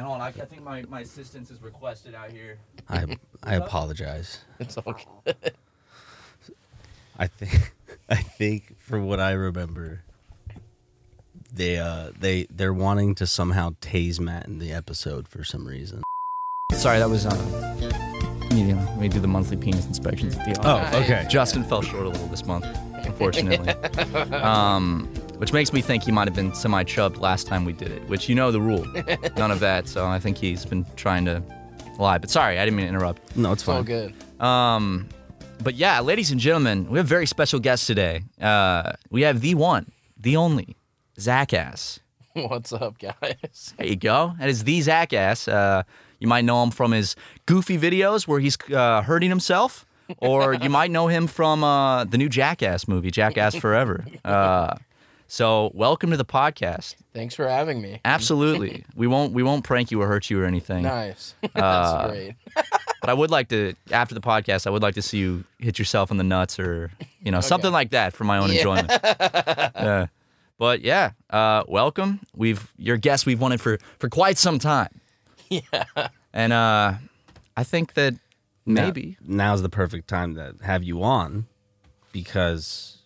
Hold on, I, I think my, my assistance is requested out here. I I apologize. It's all good. I think I think for what I remember, they uh they they're wanting to somehow tase Matt in the episode for some reason. Sorry, that was uh, you know, we do the monthly penis inspections at the office. okay. Justin fell short a little this month, unfortunately. um, which makes me think he might have been semi chubbed last time we did it, which you know the rule. None of that, so I think he's been trying to lie. But sorry, I didn't mean to interrupt. No, it's It's all fine. good. Um, but yeah, ladies and gentlemen, we have a very special guest today. Uh, we have the one, the only, Zach Ass. What's up, guys? There you go. That is the Zach Ass. Uh, you might know him from his goofy videos where he's uh, hurting himself, or you might know him from uh, the new Jackass movie, Jackass Forever. Uh, so, welcome to the podcast. Thanks for having me. Absolutely, we won't we won't prank you or hurt you or anything. Nice. That's Uh, great. But I would like to after the podcast, I would like to see you hit yourself in the nuts or you know something like that for my own Yeah. enjoyment. Yeah. But yeah, uh, welcome. We've your guest we've wanted for for quite some time. Yeah. And uh, I think that Now- maybe now's the perfect time to have you on because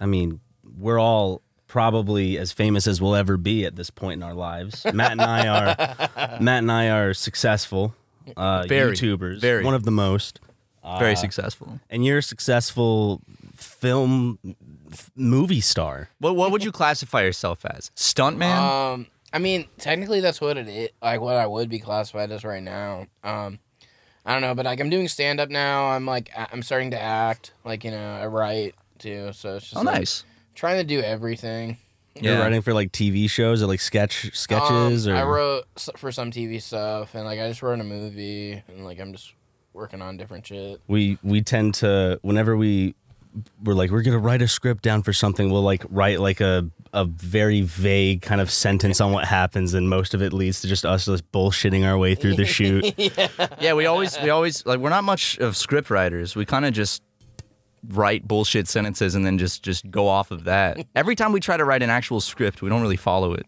I mean, we're all probably as famous as we'll ever be at this point in our lives. Matt and I are Matt and I are successful uh Very, YouTubers, very. one of the most. Ah. very successful. And you're a successful film f- movie star. What what would you classify yourself as? Stuntman? Um, I mean, technically, that's what it is. Like, what I would be classified as right now. Um, I don't know, but like, I'm doing stand up now. I'm like, I- I'm starting to act. Like, you know, I write too. So it's just oh, like, nice. trying to do everything. You're Yeah. writing for like TV shows or like sketch sketches Um, or I wrote s- for some TV stuff, and like, I just wrote a movie, and like, I'm just working on different shit. we we tend to whenever we we're like we're gonna write a script down for something we'll like write like a a very vague kind of sentence on what happens and most of it leads to just us just bullshitting our way through the shoot Yeah, we always we always like we're not much of script writers. We kind of just write bullshit sentences and then just just go off of that. Every time we try to write an actual script, we don't really follow it.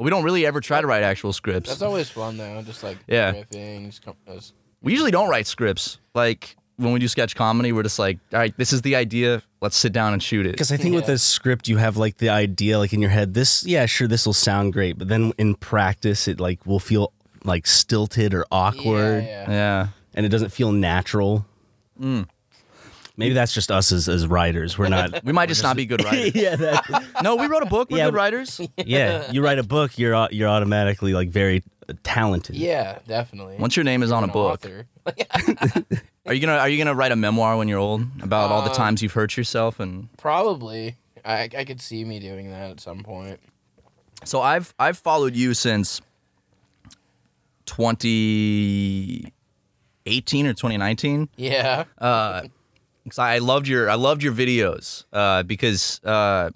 we don't really ever try to write actual scripts. That's always fun though. Just like Yeah. riffing, just com- just- we usually don't write scripts. Like when we do sketch comedy, we're just like, all right, this is the idea. Let's sit down and shoot it. because i think with Yeah. a script you have like the idea like in your head this yeah sure this will sound great but then in practice it like will feel like stilted or awkward Yeah, Mm. yeah. Yeah. and it doesn't feel natural maybe that's just us as, as writers we're not We might just not be good writers. yeah that, No, we wrote a book. We're Yeah, good we- writers. yeah, you write a book, you're au- you're automatically like very uh, talented. Yeah, definitely. Once your name is on a An book, author. are you gonna are you gonna write a memoir when you're old about all the Uh, times you've hurt yourself and Probably. I, I could see me doing that at some point. So I've I've followed you since 2018 or 2019 Yeah. Uh. because I loved your I loved your videos uh, because uh,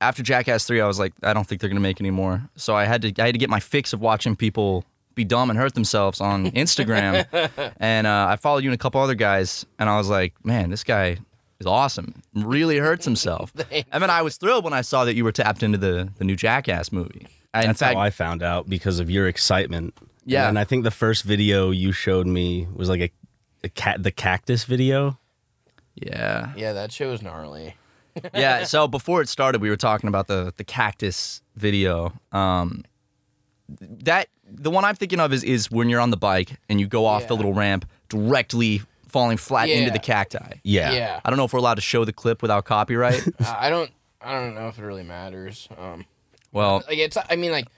after Jackass three I was like I don't think they're gonna make any more so I had to I had to get my fix of watching people be dumb and hurt themselves on Instagram and uh, I followed you and a couple other guys and I was like man this guy is awesome really hurts himself and then I was thrilled when I saw that you were tapped into the the new Jackass movie. I, in That's fact, how I found out because of your excitement. Yeah. and I think the first video you showed me was like a, a cat the cactus video. Yeah. yeah, that shit was gnarly. Yeah. So before it started, we were talking about the the cactus video. Um, that the one I'm thinking of is is when you're on the bike and you go off the Yeah. little ramp directly falling flat into Yeah. the cacti. Yeah, Yeah. I don't know if we're allowed to show the clip without copyright. I I don't. I don't know if it really matters. Um, well, like it's. I mean, like,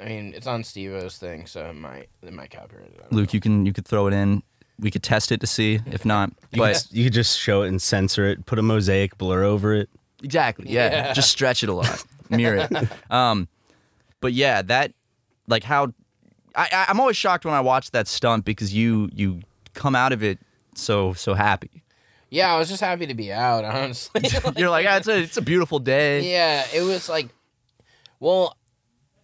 I mean, it's on Steve-O's thing, so it might. It might copyright it. I don't know. Luke, you can you could throw it in. We could test it to see. If not, You, could, but s- you could just show it and censor it, put a mosaic blur over it. Exactly. Yeah. Yeah. Just stretch it a lot, mirror it. Um, but yeah, that like how I, I I'm always shocked when I watch that stunt because you you come out of it so so happy. Yeah, I was just happy to be out. Honestly. You're like, ah, it's a it's a beautiful day. yeah, it was like, well,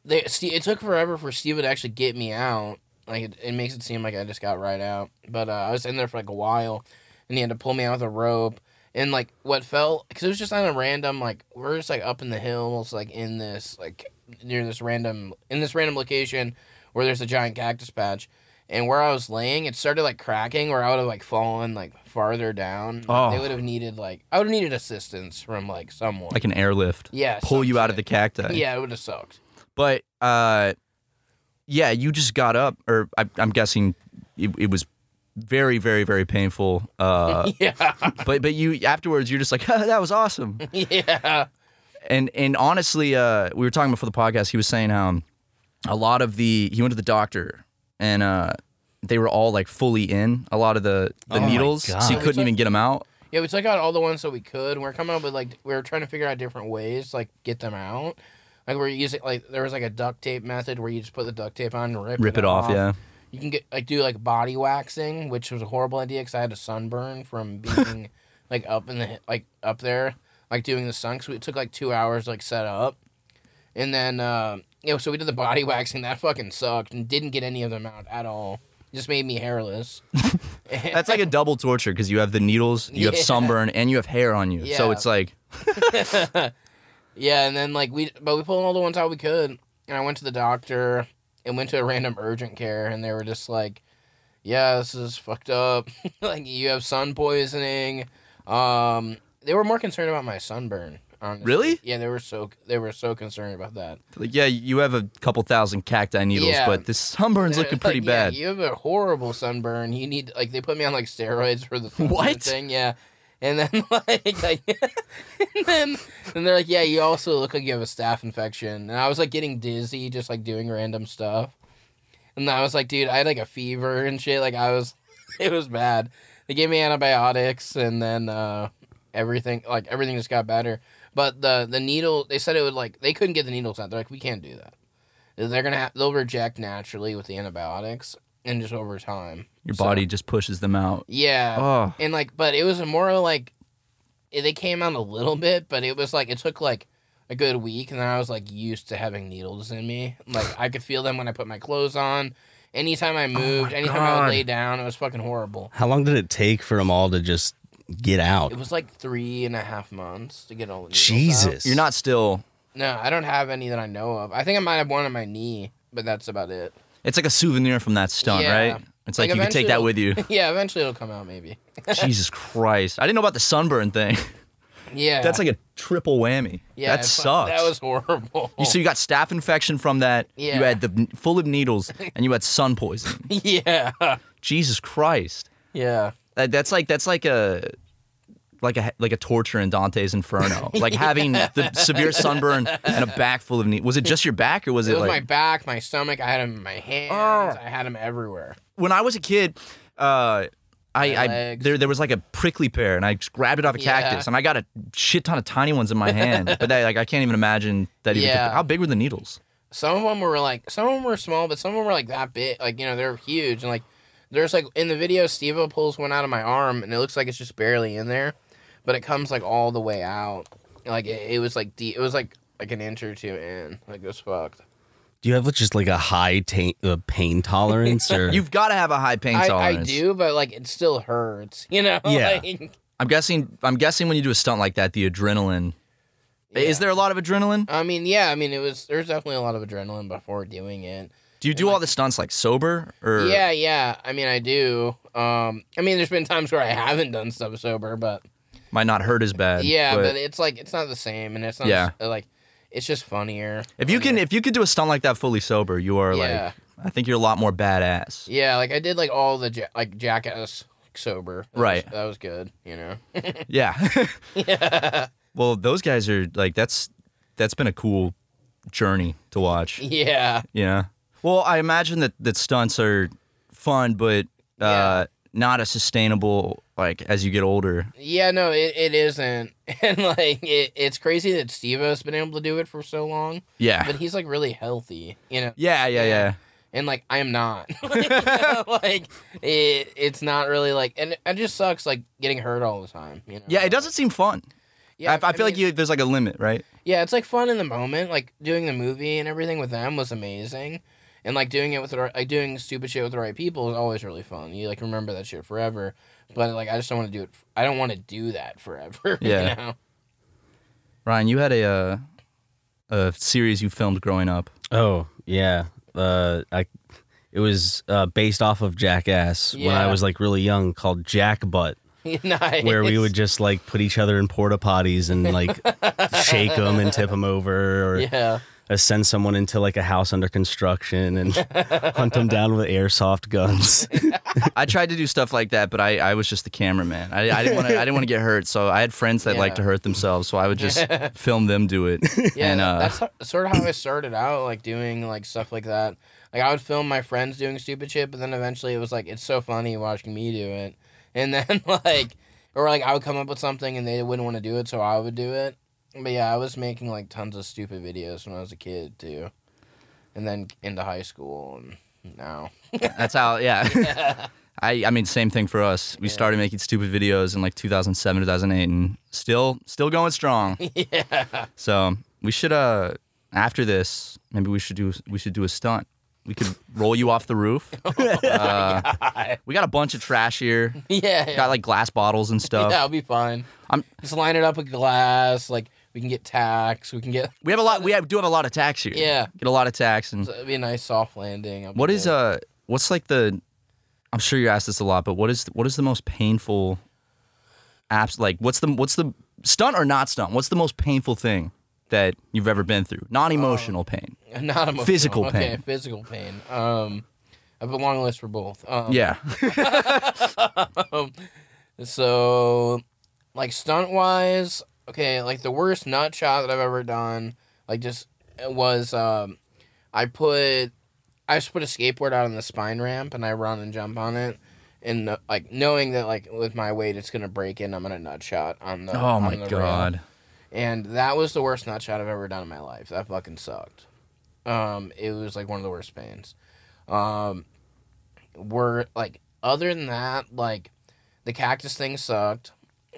they. Steve, it took forever for Steve to actually get me out. Like it, it makes it seem like I just got right out, but uh, I was in there for like a while, and he had to pull me out with a rope. and like what felt because it was just on a random like we're just like up in the hills like in this like near this random in this random location where there's a giant cactus patch and where i was laying it started like cracking where i would have like fallen like farther down Oh. they would have needed like i would have needed assistance from like someone like an airlift. yeah Pull some you out of the shit. cacti. yeah it would have sucked But uh, yeah, you just got up, or I, I'm guessing it, it was very, very, very painful. Uh, yeah but but you afterwards, you're just like, that was awesome. yeah And and honestly, uh, we were talking before the podcast. He was saying how a lot of the he went to the doctor and uh, they were all like fully in a lot of the the Oh my needles, so he God. couldn't even get them out. Yeah, we took out all the ones that we could. We are coming up with like we were trying to figure out different ways to, like get them out. Like we are using like there was like a duct tape method where you just put the duct tape on and rip, Rip it off, yeah. You can get like do like body waxing, which was a horrible idea because I had a sunburn from being like up in the like up there, like doing the sun. So it took like two hours to, like set up, and then uh, yeah. So we did the body waxing. That fucking sucked and didn't get any of them out at all. Just made me hairless. That's like a double torture because you have the needles, you have Yeah. sunburn, and you have hair on you. So Yeah. it's like Yeah, and then like we, but we pulled all the ones out we could, and I went to the doctor and went to a random urgent care, and they were just like, "Yeah, this is fucked up. like you have sun poisoning." Um, they were more concerned about my sunburn. Honestly. Really? Yeah, they were so they were so concerned about that. Like, yeah, you have a couple thousand cacti needles, Yeah. but this sunburn's They're looking like, pretty "Yeah, bad. you have a horrible sunburn. You need like they put me on like steroids for the sunburn What? thing. Yeah. And then like, like and then and they're like, yeah, you also look like you have a staph infection. And I was like getting dizzy, just like doing random stuff. And I was like, dude, I had like a fever and shit. Like I was, it was bad. They gave me antibiotics, and then uh, everything like everything just got better. But the the needle, they said it would like they couldn't get the needles out. They're like, we can't do that. They're gonna have, they'll reject naturally with the antibiotics and just over time. Your So- body just pushes them out. yeah. Oh, And like, but it was more like it- they came out a little bit, but it was like it took like a good week, and then I was like used to having needles in me. Like I could feel them when I put my clothes on. Anytime I moved, anytime Oh I God. would lay down, it was fucking horrible. How long did it take for them all to just get out? It was like three and a half months to get all the needles out. Jesus, you're not still. No, I don't have any that I know of. I think I might have one on my knee, but that's about it. It's like a souvenir from that stunt, Yeah. right? It's like, Like, you can take eventually that it'll- with you. yeah, eventually it'll come out, maybe. Jesus Christ, I didn't know about the sunburn thing. Yeah, That's like a triple whammy. yeah, that it fu- sucks. That was horrible. You- so you got staph infection from that. You Yeah. had the full of needles, and you had sun poisoning. yeah, Jesus Christ, yeah. That- that's like that's like a. Like a like a torture in Dante's Inferno, like having the severe sunburn and a back full of needles. Was it just your back, or was it, It was like my back, my stomach. I had them in my hands. I had them everywhere. when I was a kid, uh, I, My I legs. there there was like a prickly pear, and I just grabbed it off a Yeah. cactus, and I got a shit ton of tiny ones in my hand. but they, like I can't even imagine that. Even Yeah. how big were the needles? Some of them were like, some of them were small, but some of them were like that big. Like you know, they're huge. And like, there's like in the video, Steve pulls one out of my arm, and it looks like it's just barely in there, but it comes like all the way out. Like it, it was like deep. It was like like an inch or two in. Like it was fucked. Do you have like, just like a high ta- uh, pain tolerance, or You've got to have a high pain I, I tolerance. do, but like it still hurts. You know. Yeah. Like, I'm guessing. I'm guessing when you do a stunt like that, the adrenaline. Is Yeah. there a lot of adrenaline? I mean, yeah. I mean, it was. There's definitely a lot of adrenaline before doing it. Do you do all the stunts like sober or? Yeah, yeah. I mean, I do. Um, I mean, there's been times where I haven't done stuff sober, but Might not hurt as bad. yeah, but, it's like it's not the same, and it's not Yeah. uh, like it's just funnier. if you can, if you could do a stunt like that fully sober, you are Yeah. like, I think you're a lot more badass. yeah, like I did like all the ja- like jackass like, sober. That was- Right. that was good. You know. Yeah. Well, those guys are like that's that's been a cool journey to watch. yeah. Yeah. Well, I imagine that that stunts are fun, but uh, Yeah. not as sustainable like as you get older. Yeah. No, it, it isn't, and like it, it's crazy that Steve has been able to do it for so long, Yeah. but he's like really healthy. You know. yeah, yeah, yeah. and like I am not. like it, it's not really like, and it just sucks like getting hurt all the time. You know? Yeah, it doesn't seem fun. Yeah, I, I feel like mean, you, there's like a limit, right? Yeah, it's like fun in the moment, like doing the movie and everything with them was amazing, and like doing it with the right, like doing stupid shit with the right people is always really fun. You like remember that shit forever. But like I just don't want to do it. I don't want to do that forever. Yeah. You know? Ryan, you had a uh, a series you filmed growing up. Oh yeah, uh, I it was uh, based off of Jackass when I Yeah. was like really young, called Jack Butt, nice. where we would just like put each other in porta potties and like shake them and tip them over, or Yeah. uh, send someone into like a house under construction and hunt them down with airsoft guns. I tried to do stuff like that, but I, I was just the cameraman. I, I didn't want to I didn't want to get hurt, so I had friends that Yeah. like to hurt themselves, so I would just film them do it. Yeah, and that- uh, that's ho- sort of how I started out, like doing like stuff like that. Like I would film my friends doing stupid shit, but then eventually it was like it's so funny watching me do it, and then like or like I would come up with something and they wouldn't want to do it, so I would do it. But yeah, I was making like tons of stupid videos when I was a kid too, and then into high school and now. that's how yeah. I, I mean same thing for us. We Yeah. started making stupid videos in like 2007, 2008 and still still going strong. yeah, So, we should uh after this, maybe we should do we should do a stunt. We could roll you off the roof. Oh Uh, we got a bunch of trash here. yeah, Got like glass bottles and stuff. yeah. I'll be fine. I'm- just line it up with glass. Like we can get tacks. We can get. We have a lot. We have, do have a lot of tax here. Yeah. get a lot of tax. And It'd be a nice soft landing. I'll be what is good. uh, what's like the? I'm sure you're asked this a lot, but what is what is the most painful? Apps like what's the what's the stunt or not stunt? What's the most painful thing that you've ever been through? Um, Non-emotional pain. Not emotional. Physical okay, pain. Physical pain. Um, I have a long list for both. Um, Yeah, So, like stunt wise, okay, like the worst nut shot that I've ever done, like just it was um, I put I just put a skateboard out on the spine ramp and I run and jump on it. And uh, like knowing that, like with my weight, it's gonna break in. I'm gonna nut shot on the. oh on my the rail. god. And that was the worst nut shot I've ever done in my life. That fucking sucked. Um, it was like one of the worst pains. Um, were like other than that, like the cactus thing sucked,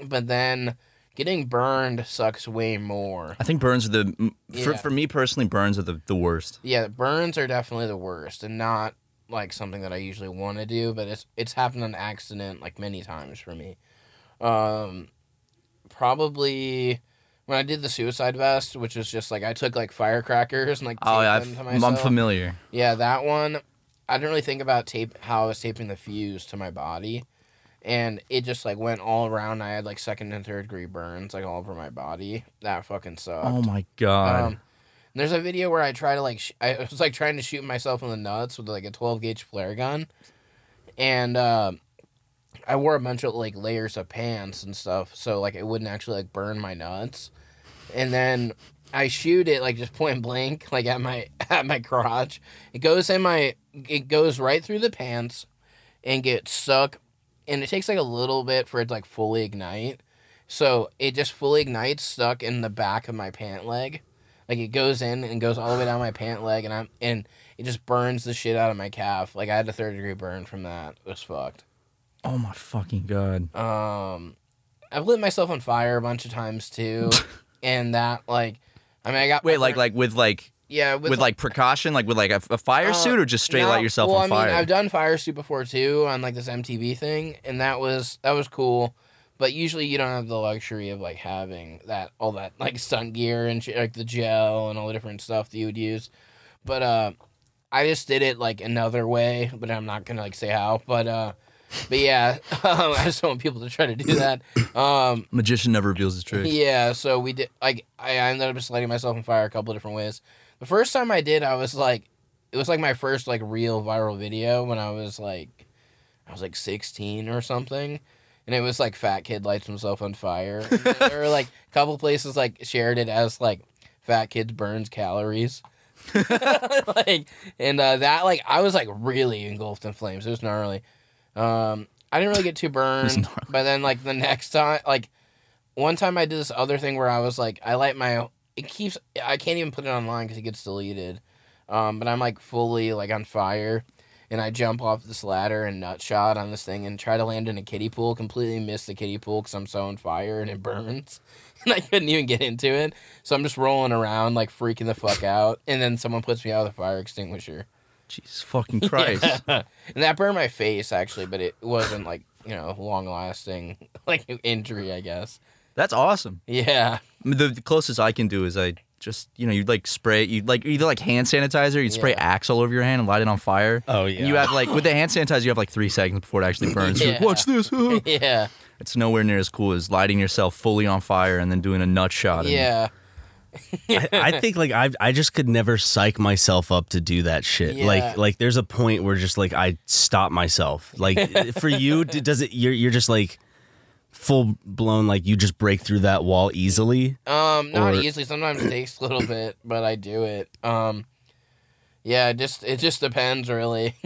but then getting burned sucks way more. I think burns are the m- for, Yeah. for me personally. Burns are the, the worst. Yeah, burns are definitely the worst, and not like something that I usually want to do. But it's it's happened on accident like many times for me. Um, probably when I did the suicide vest, which was just like I took like firecrackers and like Oh yeah, taped them I've, to I'm myself. familiar. Yeah, that one. I didn't really think about tape how I was taping the fuse to my body, and it just like went all around. I had like second and third degree burns like all over my body. That fucking sucked. Oh my god. Um, there's a video where I try to like sh- I was like trying to shoot myself in the nuts with like a 12 gauge flare gun, and um I wore a bunch of like layers of pants and stuff, so like it wouldn't actually like burn my nuts, and then I shoot it like just point blank like at my at my crotch. It goes in my it goes right through the pants, and gets stuck, and it takes like a little bit for it to like fully ignite. So it just fully ignites, stuck in the back of my pant leg. Like it goes in and goes all the way down my pant leg, and I'm and it just burns the shit out of my calf. Like I had a third degree burn from that. It was fucked. oh my fucking god. Um, I've lit myself on fire a bunch of times too, and that like, I mean, I got Wait, like like with like yeah with, like precaution, like with like a, a fire Uh, suit, or just straight No, light yourself well, on I fire. mean, I've done fire suit before too on like this MTV thing, and that was that was cool. But usually you don't have the luxury of like having that all that like stunt gear and shit, like the gel and all the different stuff that you would use. But uh, I just did it like another way, but I'm not gonna like say how. But uh, but yeah, um, I just don't want people to try to do that. Um, Magician never reveals his tricks. yeah, so we did. Like, I I ended up just lighting myself on fire a couple of different ways. The first time I did, I was like, it was like my first like real viral video when I was like, I was like sixteen or something, and it was like fat kid lights himself on fire. And there were like a couple places like shared it as like fat kids burns calories. like and uh, that like I was like really engulfed in flames. It was gnarly. Um, I didn't really get too burned, gnarly. but then like the next time, like one time I did this other thing where I was like, I light my it keeps I can't even put it online because it gets deleted. Um, but I'm like fully like on fire, and I jump off this ladder and nut shot on this thing and try to land in a kiddie pool. Completely miss the kiddie pool because I'm so on fire and it burns, and I couldn't even get into it. So I'm just rolling around like freaking the fuck out, and then someone puts me out with a fire extinguisher. Jesus fucking Christ. and that burned my face actually, but it wasn't like you know long lasting like an injury, I guess. That's awesome. Yeah, I mean, The, the closest I can do is I just, you know, you'd like spray, you'd like either like hand sanitizer, you'd spray Yeah. Axe all over your hand and light it on fire. Oh, yeah. And you have like, with the hand sanitizer, you have like three seconds before it actually burns. You're like, Yeah. Watch this. ah." yeah, it's nowhere near as cool as lighting yourself fully on fire and then doing a nut shot. and- yeah. I, I think like I I just could never psych myself up to do that shit. Yeah. Like like there's a point where just like I stop myself. Like for you, d- does it? You're you're just like full blown. Like you just break through that wall easily. Um, not Or- easily. Sometimes it takes a little bit, but I do it. Um, yeah, it just it just depends really.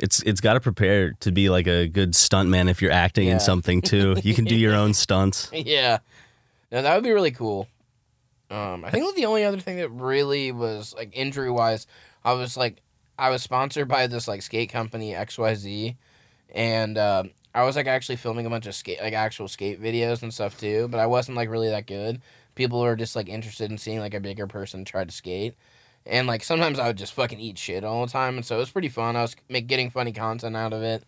It's it's got to prepare to be like a good stuntman if you're acting Yeah. in something too. You can do your own stunts. yeah, no, that would be really cool. Um, I think the only other thing that really was like injury wise, I was like, I was sponsored by this like skate company X Y Z, and um, I was like actually filming a bunch of skate like actual skate videos and stuff too. But I wasn't like really that good. People were just like interested in seeing like a bigger person try to skate. And like sometimes I would just fucking eat shit all the time, and so it was pretty fun. I was make, getting funny content out of it,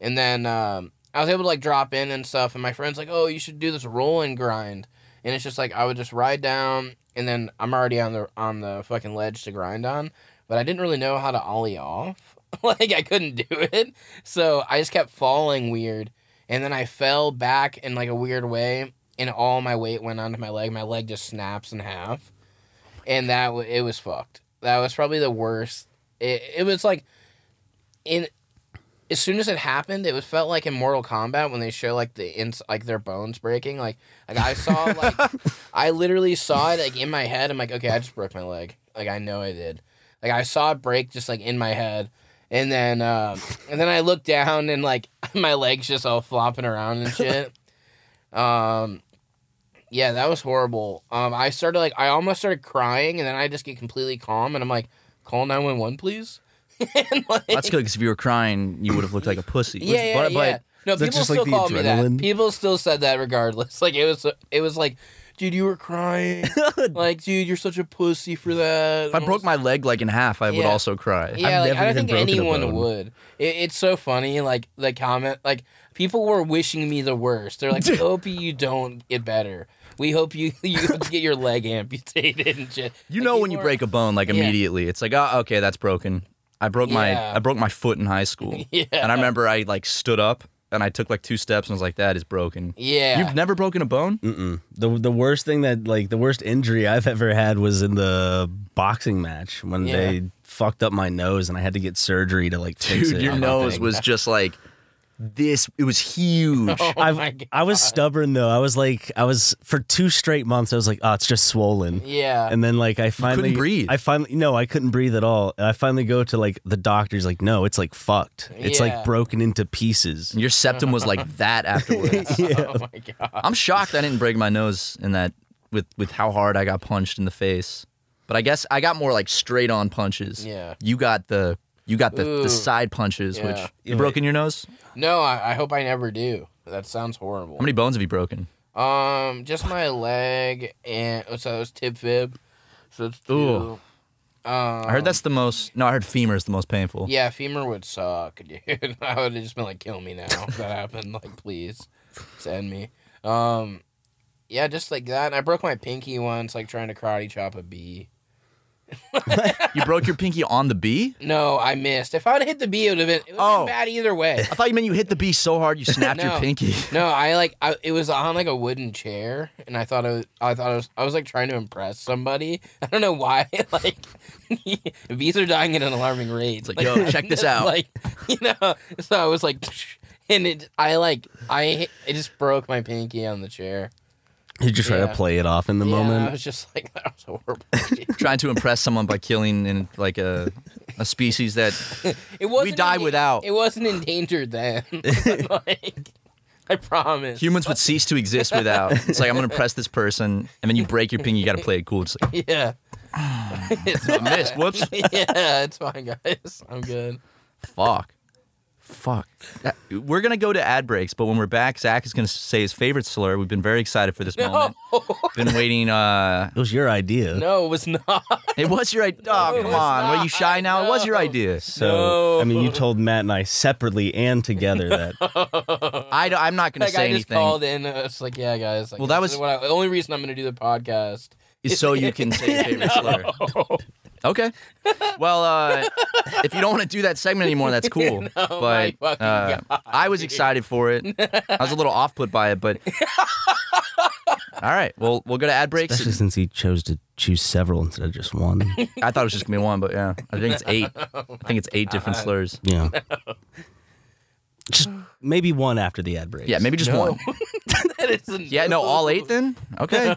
and then um, I was able to like drop in and stuff. And my friends like, oh, you should do this roll and grind, and it's just like I would just ride down, and then I'm already on the on the fucking ledge to grind on, but I didn't really know how to ollie off. like I couldn't do it, so I just kept falling weird, and then I fell back in like a weird way, and all my weight went onto my leg. My leg just snaps in half, and that w- it was fucked. That was probably the worst. It it was like, in as soon as it happened, it was felt like in Mortal Kombat when they show like the ins like their bones breaking. Like like I saw like I literally saw it like in my head. I'm like, okay, I just broke my leg. Like I know I did. Like I saw it break just like in my head. And then um and then I looked down and like my legs just all flopping around and shit. um yeah, that was horrible. Um I started like I almost started crying and then I just get completely calm and I'm like, call nine one one please. and like, That's good because if you were crying, you would have looked like a pussy. yeah, yeah, but, yeah. but No, Is that people just, like, still the called me that. adrenaline? People still said that regardless. Like it was, it was like, dude, you were crying. like, dude, you're such a pussy for that. if I broke my leg like in half, I would Yeah. also cry. I've yeah, never like, I don't even think broken a anyone bone. would. It, it's so funny. Like the comment, like people were wishing me the worst. They're like, we hope you don't get better. We hope you you get your leg amputated and shit. You Like, know when you people are- break a bone like Yeah. immediately, it's like, oh, okay, that's broken. I broke Yeah. my I broke my foot in high school, Yeah. and I remember I like stood up and I took like two steps and was like, that is broken. Yeah. You've never broken a bone? Mm-mm. The the worst thing that like the worst injury I've ever had was in the boxing match when Yeah. they fucked up my nose and I had to get surgery to like fix Dude, it. your I'm like, nose was just like this. It was huge. Oh I've- my god. I was stubborn though. I was like, I was for two straight months. I was like, oh, it's just swollen. Yeah. And then like I finally breathe. I finally no, I couldn't breathe at all. And I finally go to like the doctor's like, no, it's like fucked. It's Yeah. like broken into pieces. Your septum was like that afterwards. yeah. Oh my god. I'm shocked I didn't break my nose in that with with how hard I got punched in the face. But I guess I got more like straight on punches. Yeah. You got the you got the, Ooh. the side punches, Yeah. which Yeah, you broken your nose? No, I, I hope I never do. That sounds horrible. How many bones have you broken? Um, just my leg and oh, so it was tib fib. So it's two. Ooh. Um, I heard that's the most no, I heard femur is the most painful. Yeah, femur would suck, dude. I would have just been like, kill me now if that happened. Like, please send me. Um, yeah, just like that. And I broke my pinky once, like trying to karate chop a bee. You broke your pinky on the bee? No, I missed. If I'd hit the bee, it would have been, it would've Oh. been bad either way. I thought you meant you hit the bee so hard you snapped No. your pinky. No, I like I, it was on like a wooden chair, and I thought I was, I thought I was I was like trying to impress somebody. I don't know why. Like bees are dying at an alarming rate. It's like, yo, check this out. Like you know, so I was like, and it I like I it just broke my pinky on the chair. Did you try Yeah. to play it off in the Yeah, I moment? was just like that was horrible. Trying to impress someone by killing in like a a species that It wasn't die endan- without. It wasn't endangered then. like I promise. humans would cease to exist without. It's like I'm gonna impress this person, and then you break your pinky. You gotta play it cool. It's like yeah. it's Ah, I missed. Whoops. yeah, it's fine, guys. I'm good. Fuck. Fuck. That- We're gonna go to ad breaks, but when we're back, Zach is gonna say his favorite slur. We've been very excited for this moment. Been waiting. Uh, It was your idea. No, it was not. it was your idea. Oh, it come was on. Were not. you shy now? It was your No. idea. So No. I mean, you told Matt and I separately and together that I, am not gonna Like say I just anything. called in. uh, It's like, yeah, guys. Like, Well, that this is was- what I- the only reason I'm going to do the podcast. is so you can say your favorite slur. Okay. Well, uh, if you don't want to do that segment anymore, that's cool. my but fucking uh, God, I was excited for it. I was a little off put by it, but all right. Well, we'll go to ad breaks. especially since he chose to choose several instead of just one. I thought it was just gonna be one, but yeah, I think it's eight. I think it's eight different slurs. Yeah. Just maybe one after the ad break. Yeah, maybe just No. one. That is a Yeah, no, all eight then. Okay.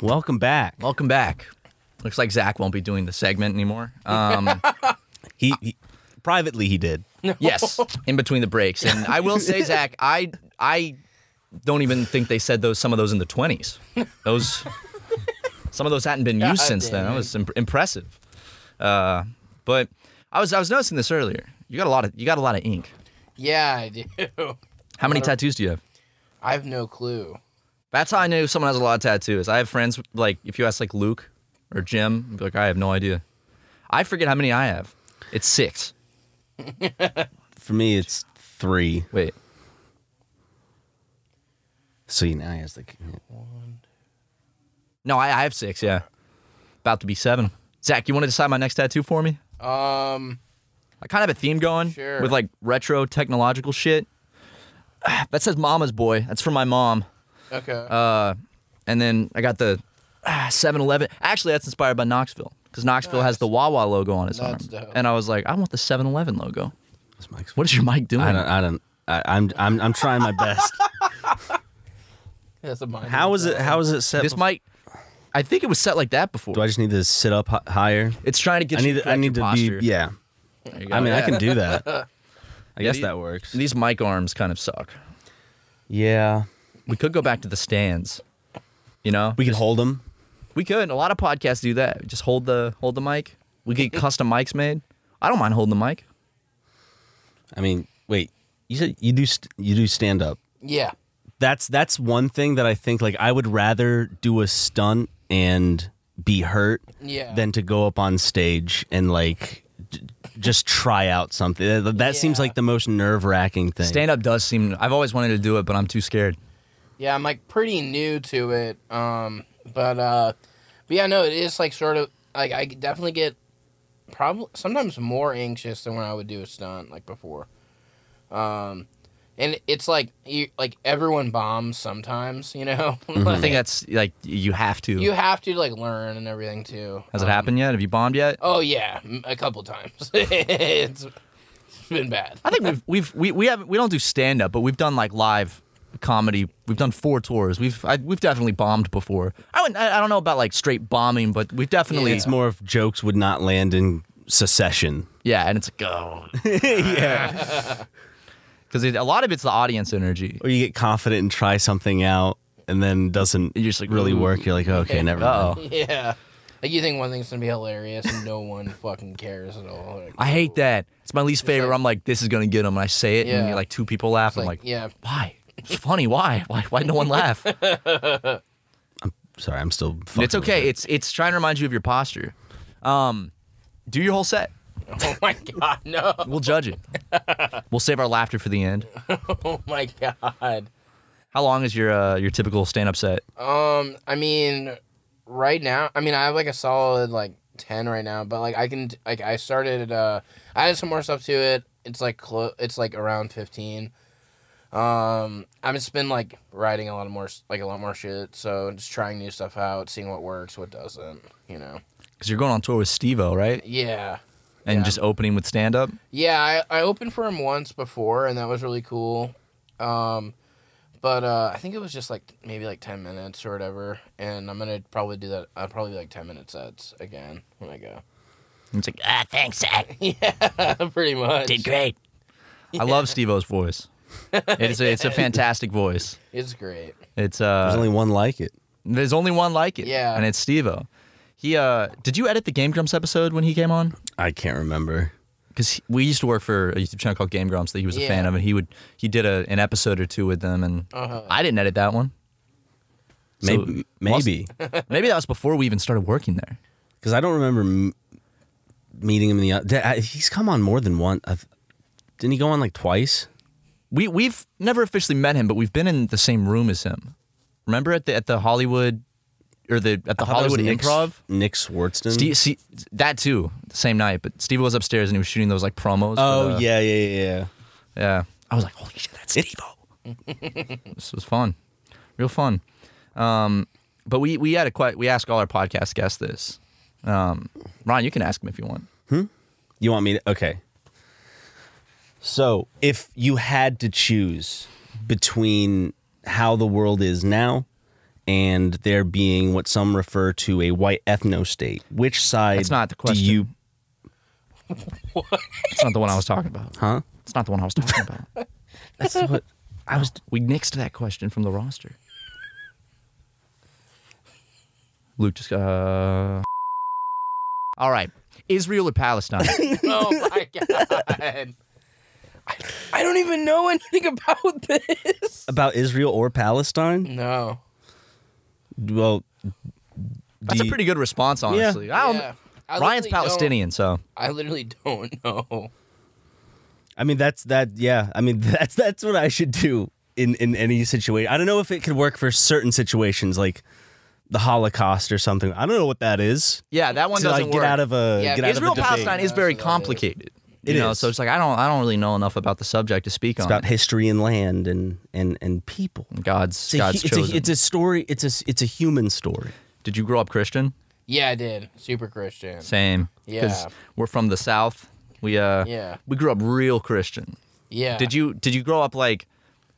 Welcome back. Welcome back. Looks like Zach won't be doing the segment anymore. Um, He, he privately he did. yes, in between the breaks, and I will say, Zach, I I don't even think they said those some of those in the twenties. Those some of those hadn't been used since then. damn That it. was imp- impressive. Uh, but I was I was noticing this earlier. You got a lot of you got a lot of ink. Yeah, I do. How many tattoos do you have? I have no clue. That's how I knew someone has a lot of tattoos. I have friends like if you ask like Luke or Jim, you'd be like I have no idea. I forget how many I have. It's six. For me, it's three. Wait, So you now he has the. no, I, I have six. Yeah, about to be seven. Zach, you want to decide my next tattoo for me? Um, I kind of have a theme going Sure. with like retro technological shit. That says "Mama's Boy." That's for my mom. okay. Uh, And then I got the 7 Eleven. Actually, that's inspired by Knoxville because Knoxville has the Wawa logo on his That's arm. dope. And I was like, I want the 7 Eleven logo. What's Mike's- What is your mic doing? I don't. I don't. I, I'm. I'm. I'm trying my best. That's a mind. How is it? How is it set? this before- mic, I think it was set like that before. Do I just need to sit up hi- higher? it's trying to get I you need. to I need to correct your posture. be. Yeah. There you go. I mean, I can do that. I guess the- that works. These mic arms kind of suck. Yeah. We could go back to the stands. You know, We could hold them. We could. A lot of podcasts do that. Just hold the hold the mic. We get custom mics made. I don't mind holding the mic. I mean, wait. You said you do. St- you do stand up. Yeah. that's that's one thing that I think like I would rather do a stunt and be hurt Yeah. than to go up on stage and like j- just try out something. That, that seems Yeah. like the most nerve wracking thing. Stand up does seem. I've always wanted to do it, but I'm too scared. Yeah, I'm like pretty new to it. Um, but uh, but yeah, no, it is like sort of like I definitely get probably sometimes more anxious than when I would do a stunt like before. Um, and it's like you like everyone bombs sometimes, you know. I think that's like you have to. you have to like learn and everything too. Has it Um, happened yet? Have you bombed yet? Oh yeah, m- a couple times. it's been bad. I think we've we've we we haven't we don't do stand up, but we've done like live comedy. We've done four tours. We've I, we've definitely bombed before. I wouldn't, I, I don't know about like straight bombing, but we've definitely It's more of jokes would not land in secession. yeah. And it's like oh yeah, because a lot of it's the audience energy. Or you get confident and try something out and then doesn't You're just like, really "Ooh." work. You're like, "Oh, okay, never Uh-oh. mind. Yeah. Like you think one thing's gonna be hilarious and no one fucking cares at all. Like, I hate that. It's my least favorite. I'm like, this is gonna get them. And I say it, Yeah. and like two people laugh. I'm like, yeah, why? It's funny. Why? Why? Why no one laugh? Sorry, I'm still. fucking it's with okay. it. It's it's trying to remind you of your posture. Um, do your whole set. Oh my god, no. We'll judge it. we'll save our laughter for the end. Oh my god. How long is your uh, your typical stand up set? Um, I mean, right now, I mean, I have like a solid like ten right now, but like I can like I started. uh I added some more stuff to it. It's like close. It's like around fifteen. Um, I've just been like writing a lot of more s- like a lot more shit. So just trying new stuff out, seeing what works, what doesn't. You know. Because you're going on tour with Steve O, right? Yeah. And Yeah. just opening with stand up. Yeah, I, I opened for him once before, and that was really cool. Um, but uh, I think it was just like maybe like ten minutes or whatever. And I'm gonna probably do that. I'll probably do like ten minute sets again when I go. It's like, ah, thanks, Zach. yeah, pretty much. great. I love Steve O's voice. It's a, it's a fantastic voice. It's great. It's uh, There's only one like it. There's only one like it. Yeah. And it's Steve O. He uh did you edit the Game Grumps episode when he came on? I can't remember. Because we used to work for a YouTube channel called Game Grumps that he was a fan Yeah. of, and he would he did a, an episode or two with them, and Uh-huh. I didn't edit that one. So- Maybe, maybe Maybe that was before we even started working there. because I don't remember m- meeting him in the. o- Th- I- He's come on more than one. I've, didn't he go on like twice? We we've never officially met him, but we've been in the same room as him. Remember at the at the Hollywood or the at the I thought it was Hollywood Mm-hmm. Nick- Improv. Nick Swartzen. Steve, see, that too, the same night. But Steve was upstairs and he was shooting those like promos. for oh the- yeah, yeah, yeah, yeah. Yeah. I was like, holy shit, that's Steve this was fun. Real fun. Um, but we we had a quite we ask all our podcast guests this. Um, Ron, you can ask him if you want. You want me to? Okay. So, if you had to choose between how the world is now and there being what some refer to a white ethno state, which side That's not the do question. you? It's not the one I was talking about. Huh? It's not the one I was talking about. That's what I was we nixed that question from the roster. Luke just uh All right. Israel or Palestine? Oh my god. I, I don't even know anything about this. about Israel or Palestine? No. Well, Mm. That's a the- pretty good response, honestly. I don't Yeah. I Ryan's literally don't- Palestinian, so I literally don't know. I mean, that's that. Yeah, I mean, that's that's what I should do in in any situation. I don't know if it could work for certain situations, like the Holocaust or something. I don't know what that is. yeah, that one to doesn't like work. get out of a Yeah, get out Israel of a debate. Palestine is Yeah, very so that is- complicated. It you know, is. so it's like I don't I don't really know enough about the subject to speak It's on. about history and land and and and people. it. God's It's a, God's hu- it's, chosen. a, it's a story. It's a it's a human story. Did you grow up Christian? Yeah, I did. Super Christian. Same. 'Cause Yeah. We're from the South. We uh Yeah. we grew up real Christian. Yeah. Did you did you grow up like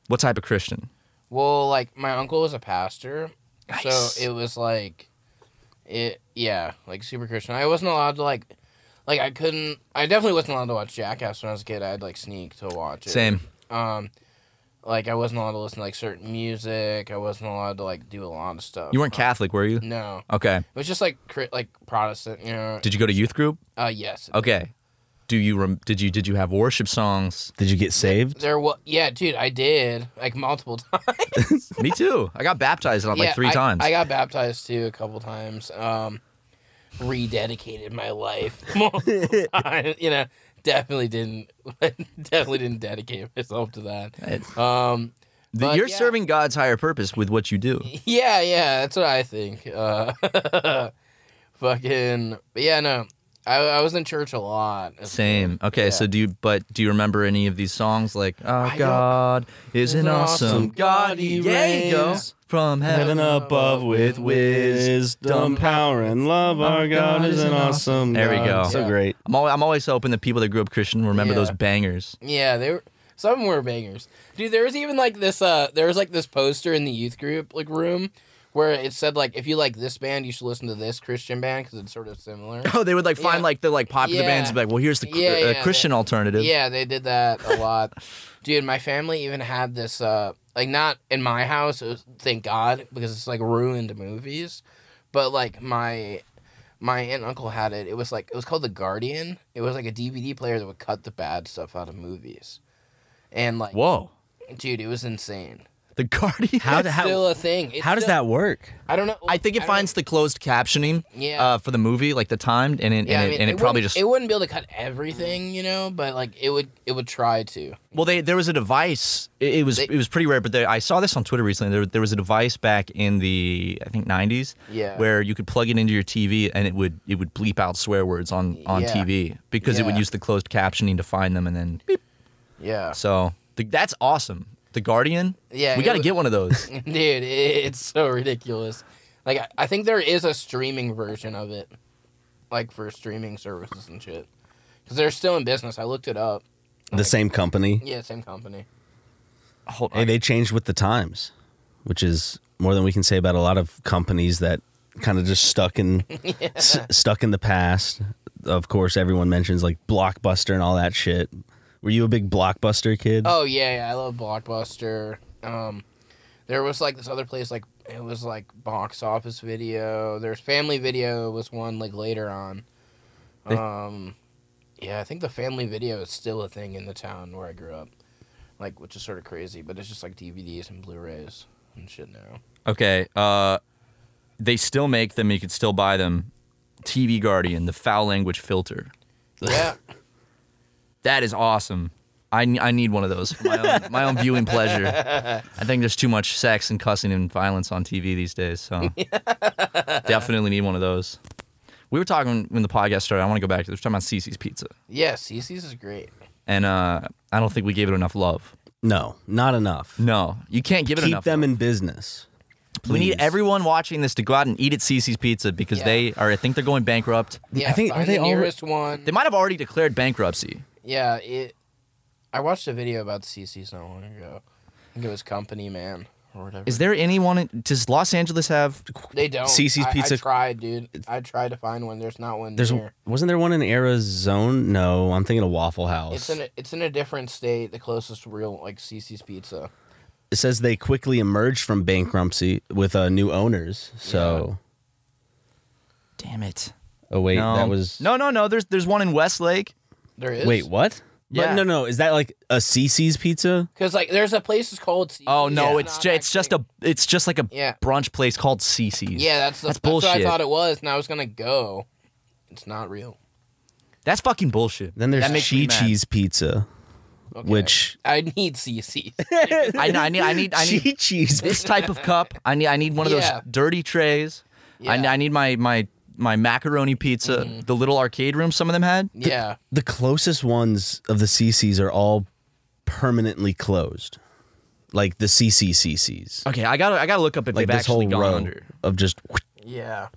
what type of Christian? Well, like my uncle was a pastor, Nice. so it was like, it yeah, like super Christian. I wasn't allowed to like, like I couldn't. I definitely wasn't allowed to watch Jackass when I was a kid. I would like sneak to watch it. Same. Um, like I wasn't allowed to listen to like certain music. I wasn't allowed to like do a lot of stuff. You weren't Catholic, were you? No, Okay. it was just like cri- like Protestant. You know. Did you go to youth group? uh yes. Okay. Do you rem- did you did you have worship songs? Did you get saved? There was yeah, dude. I did like multiple times. Me too. I got baptized on Yeah, like three I, times. I got baptized too a couple times. Um, rededicated my life. multiple times, you know, definitely didn't, definitely didn't dedicate myself to that. Um, The- but You're yeah. serving God's higher purpose with what you do. yeah, yeah, that's what I think. Uh, fucking, but yeah, no, I, I was in church a lot. as a Same. kid. Okay, Yeah. so do you but do you remember any of these songs like Oh don't- God is an an awesome, awesome God he God, he reigns reigns from heaven. above with wisdom, power, and love. Our God is an awesome There we God. go. So Yeah. great. I'm always, I'm always hoping that people that grew up Christian remember Yeah. those bangers. Yeah, they were. Some of 'em were bangers, dude. There was even like this. Uh, there was like this poster in the youth group like room where it said like if you like this band, you should listen to this Christian band because it's sort of similar. Oh, they would like find Yeah. like the like popular Yeah. bands and be like, well, here's the cr- Yeah, uh, yeah, Christian alternative. yeah, they did that a lot, dude. My family even had this. Uh, like not in my house. It was, thank God because it's like ruined movies, but like my. My aunt and uncle had it. It was like it was called the Guardian. It was like a DVD player that would cut the bad stuff out of movies, and like Whoa, dude, it was insane. the The Guardian. How, do- It's how, still a thing. It's how does still- that work? I don't know. I think it don't- finds the closed captioning Yeah. uh, for the movie, like the timed, and it, Yeah, and, I it, mean, and it, probably wouldn't- just. it wouldn't be able to cut everything, you know, but like it would it would try to. well, they, there was a device. It, it was They- it was pretty rare, but there, I saw this on Twitter recently. There, there was a device back in the I think 90s, Yeah. where you could plug it into your TV and it would it would bleep out swear words on on Yeah. TV because it would Yeah. use the closed captioning to find them and then. Beep. Yeah. So the, that's awesome. The Guardian. Yeah, we it got to would- get one of those. Dude, it, it's so ridiculous. Like I, I think there is a streaming version of it, like for streaming services and shit, because they're still in business. I looked it up. The same company. Yeah, same company. Hold Hey, on. they changed with the times, which is more than we can say about a lot of companies that kind of just stuck in s- stuck in the past. Of course, everyone mentions like Blockbuster and all that shit. Were you a big Blockbuster kid? Oh yeah, yeah I love Blockbuster. Um, there was like this other place, like it was like box office video. There's Family Video was one like later on. They- Um, yeah, I think the Family Video is still a thing in the town where I grew up, like which is sort of crazy, but it's just like DVDs and Blu-rays and shit now. Okay. Uh, they still make them. You could still buy them. TV Guardian, the foul language filter. Yeah, That is awesome. I, n- I need one of those for my own, my own viewing pleasure. I think there's too much sex and cussing and violence on TV these days. So definitely need one of those. We were talking when the podcast started. I want to go back to. We were talking about Cece's Pizza, yeah, CC's is great. and uh, I don't think we gave it enough love. No, not enough. No, you can't give it Keep enough. them in business. We need please. everyone watching this to go out and eat at Cece's Pizza because Yeah. they are. I think they're going bankrupt. Yeah, I think- find are they the alre- nearest one. They might have already declared bankruptcy. Yeah, it. I watched a video about CC's not long ago. I think it was Company Man or whatever. Is there anyone? in- Does Los Angeles have? They don't. CeCe's I- Pizza- I tried, dude. I tried to find one. There's not one There's near. wasn't there one in Arizona? No, I'm thinking of Waffle House. It's in a, it's in a different state. The closest real like CC's Pizza. it says they quickly emerged from bankruptcy with uh, new owners. So, Damn it! oh wait, no, that was no, no, no. There's there's one in Westlake. There is. Wait, what? Yeah. But no, no, is that like a CC's pizza? Because like there's a place that's called. CC's. Oh no, Yeah. it's ju- it's just a it's just like a Yeah. brunch place called Cece's. Yeah, that's the, That's that's, what I bullshit. thought it was, and I was gonna go. It's not real. that's fucking bullshit. Then there's That makes me Chi mad. Chi's pizza, Okay. which I need CC's. I, I need I need I Chi need Chi's. this type of cup. I need I need one of Yeah. those dirty trays. I, Yeah. Mm-hmm. I need my my my macaroni pizza. The little arcade room some of them had. yeah. The closest ones of the CC's are all permanently closed, like the CCCC's. Okay, I gotta I gotta look up if Like they've this whole actually gone row under. of just. Yeah.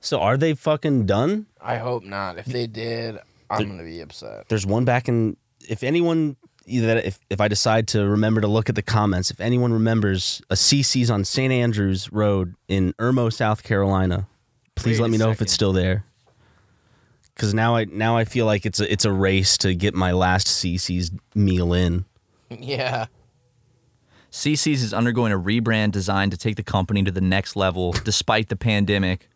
So are they fucking done? I hope not. If they did, I'm gonna be upset. There's one back in. If anyone, either if if I decide to remember to look at the comments, if anyone remembers a CC's on St. Andrews Road in Irmo, South Carolina, please Wait let a me know if second. it's still there. Because now I now I feel like it's a it's a race to get my last CC's meal in. Yeah. CC's is undergoing a rebrand designed to take the company to the next level despite the pandemic.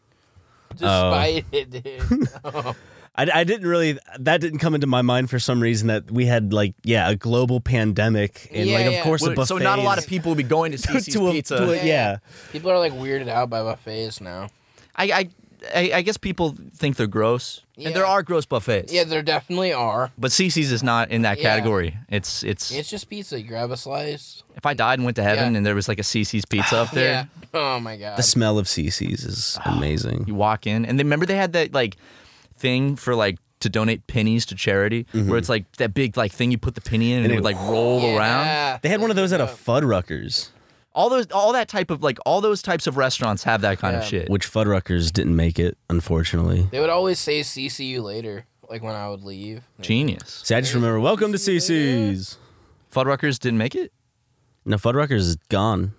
Oh. Despite it, dude. I, I didn't really that didn't come into my mind for some reason that we had like yeah a global pandemic and like of Yeah, yeah. course a Well, buffet so not a lot of is- people will be going to CC's to a, Pizza. to a- Yeah, yeah. yeah People are like weirded out by buffets now. I, I, I, I guess people think they're gross, and there Yeah. are gross buffets. Yeah, there definitely are. but CC's is not in that Yeah. category. It's, it's It's just pizza. You grab a slice. if I died and went to heaven Yeah. and there was like a CC's Pizza up there, Yeah. Oh my god. the smell of CC's is Ah. amazing. you walk in and then remember they had that like thing for like to donate pennies to charity where it's like that big like thing you put the penny in and, Mm-hmm. And it it- would like roll Yeah. around. They had one of those at a Fuddruckers, All those all that type of like all those types of restaurants have that kind of Yeah. shit. which Fuddruckers didn't make it, unfortunately. They would always say "CC you later," like when I would leave. genius. See, I just remember, welcome to CC's. Fuddruckers didn't make it? No, Fuddruckers is gone.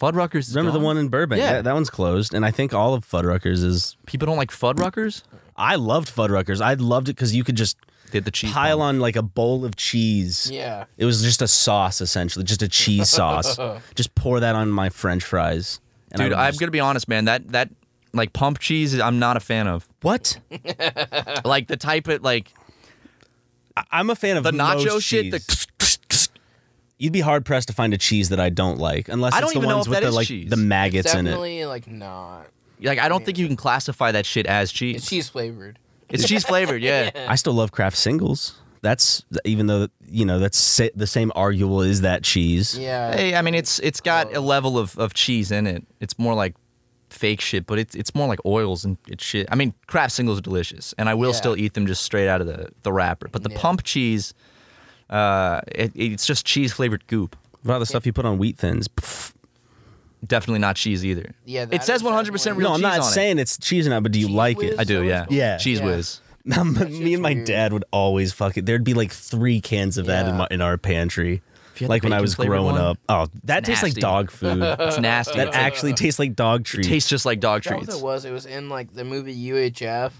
Fuddruckers is Remember gone? the one in Burbank? Yeah. That, that one's closed. And I think all of Fuddruckers is. people don't like Fuddruckers? I loved Fuddruckers. I loved it because you could just They had the cheese. pile on like a bowl of cheese. Yeah. It was just a sauce, essentially, just a cheese sauce. just pour that on my French fries. And Dude, would I'm just- gonna be honest, man. That that like pump cheese, I'm not a fan of. What? like the type of like I- I'm a fan of the most nacho shit. cheese. The You'd be hard pressed to find a cheese that I don't like, unless I it's don't the even know ones if with that the is like cheese. the maggots in it. Definitely like not. Like I don't think you can classify that shit as cheese. It's cheese flavored. It's cheese flavored, yeah. I still love Kraft singles. That's even though you know that's sa- the same arguable is that cheese. Yeah. Hey, I mean it's it's got a level of, of cheese in it. It's more like fake shit, but it's it's more like oils and it's shit. I mean, Kraft singles are delicious, and I will Yeah. still eat them just straight out of the, the wrapper. But the Yeah. pump cheese, uh, it, it's just cheese flavored goop. What about the stuff you put on wheat thins? Pff. Definitely not cheese either. Yeah, it that says is 100 percent definitely- real No, I'm cheese not on saying it's cheese and not, but do you Cheese like whiz? it? it. I do, yeah. Yeah. cheese Yeah. whiz. Me and my weird. dad would always fuck it. There'd be like three cans of that in Yeah. my in our pantry. you had Like the when I was bacon-flavored growing one, up. Oh, that tastes like nasty. dog food. that It's nasty. actually tastes like dog it treats. tastes just like dog That was what treats. it was. It was in like the movie UHF,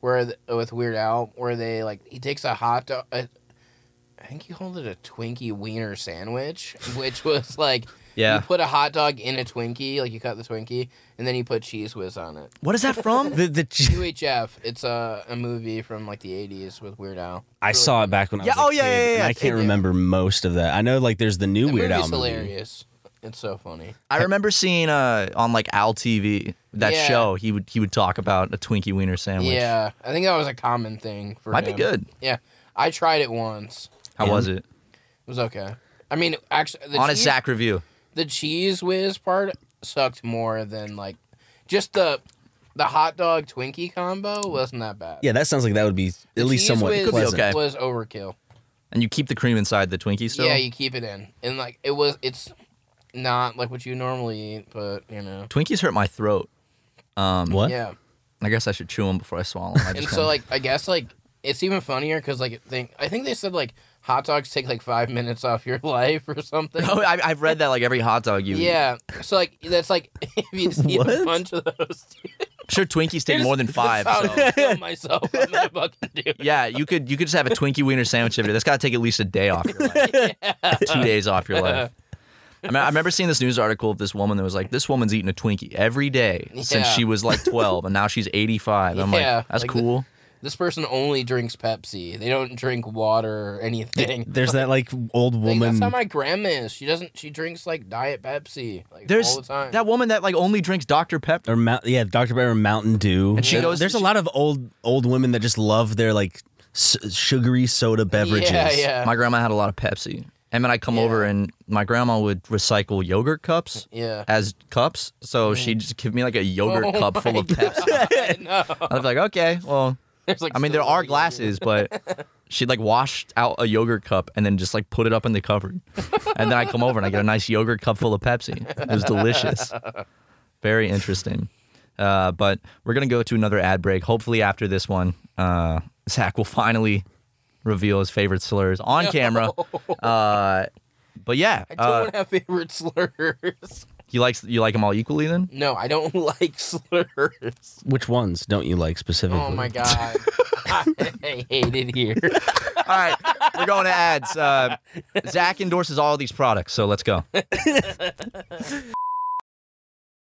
where the, with Weird Al, where they like he takes a hot dog. A, I think he called it a Twinkie wiener sandwich, which was like Yeah. you put a hot dog in a Twinkie, like you cut the Twinkie, and then you put cheese whiz on it. What is that from? the, the che- UHF, it's a, a movie from like the '80s with Weird Al. I saw it back when I was Yeah, a oh, yeah, kid, yeah, yeah, and I yeah. can't remember most of that. I know like there's the new The Weird Al movie's movie. hilarious. It's so funny. I remember seeing uh, on like Al TV that Yeah. show. He would he would talk about a Twinkie wiener sandwich. Yeah, I think that was a common thing for might be him. good. Yeah, I tried it once. How was it? It was okay. I mean, actually, the on a cheese- Zach review. the cheese whiz part sucked more than like just the the hot dog Twinkie combo wasn't that bad. Yeah, that sounds like that would be at The least cheese somewhat whiz pleasant. okay. was overkill. And you keep the cream inside the Twinkie still? Yeah, you keep it in, and like it was, it's not like what you normally eat, but you know, Twinkies hurt my throat. Um, What? yeah. I guess I should chew them before I swallow 'em. I And just so wanna- like I guess like it's even funnier because like think I think they said like hot dogs take like five minutes off your life or something. Oh, I, I've read that like every hot dog you eat. yeah, so like that's like if you just eat a What? bunch of those, I'm sure Twinkies take more than five. I'll so- kill myself. I'm gonna fucking do it. Yeah, you could you could just have a Twinkie wiener sandwich every day. That's got to take at least a day off your life, two days off your life. I, mean, I remember seeing this news article of this woman that was like, "This woman's eating a Twinkie every day since Yeah. she was like 12, and now she's 85." I'm Yeah, like, "That's like the- cool." this person only drinks Pepsi. They don't drink water or anything. There's that like old Like, woman. That's how my grandma is. She doesn't. She drinks like Diet Pepsi. Like There's all the time. that woman that like only drinks Dr Pepper. or Mount, yeah, Dr. Pepper Mountain Dew. And she There- goes- There's a lot of old old women that just love their like s- sugary soda beverages. Yeah, yeah, My grandma had a lot of Pepsi, and then I come over and my grandma would recycle yogurt cups yeah. Mm. as cups, so she'd just give me like a yogurt Oh cup full my of Pepsi. I know. I'd be like, "Okay, well." There's, like, I mean, so there are many glasses, but she'd like washed out a yogurt cup and then just like put it up in the cupboard. and then I come over and I get a nice yogurt cup full of Pepsi. It was delicious. Very interesting. Uh, but we're going to go to another ad break. Hopefully, after this one, uh, Zach will finally reveal his favorite slurs on camera. Uh, but yeah, I uh, don't have favorite slurs. you like you like them all equally then? No, I don't like slurs. Which ones don't you like specifically? Oh my god, I hate it here. all right, we're going to ads. Uh, Zach endorses all these products, so let's go.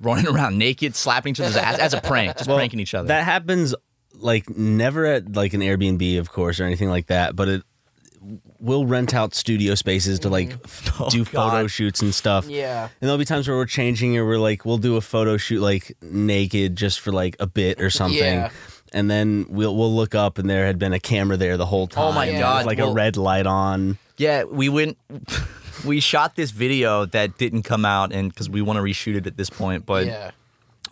running around naked, slapping each other's ass as a prank, just pranking each other. That happens like never at like an Airbnb, of course, or anything like that. But it will rent out studio spaces to like f- do photo Mm. Oh, God. shoots and stuff. Yeah, And there'll be times where we're changing or we're like, we'll do a photo shoot like naked just for like a bit or something. Yeah. And then we'll we'll look up and there had been a camera there the whole time. Oh my with, God, Like well- a red light on. yeah, we went, we shot this video that didn't come out, and because we want to reshoot it at this point, but yeah,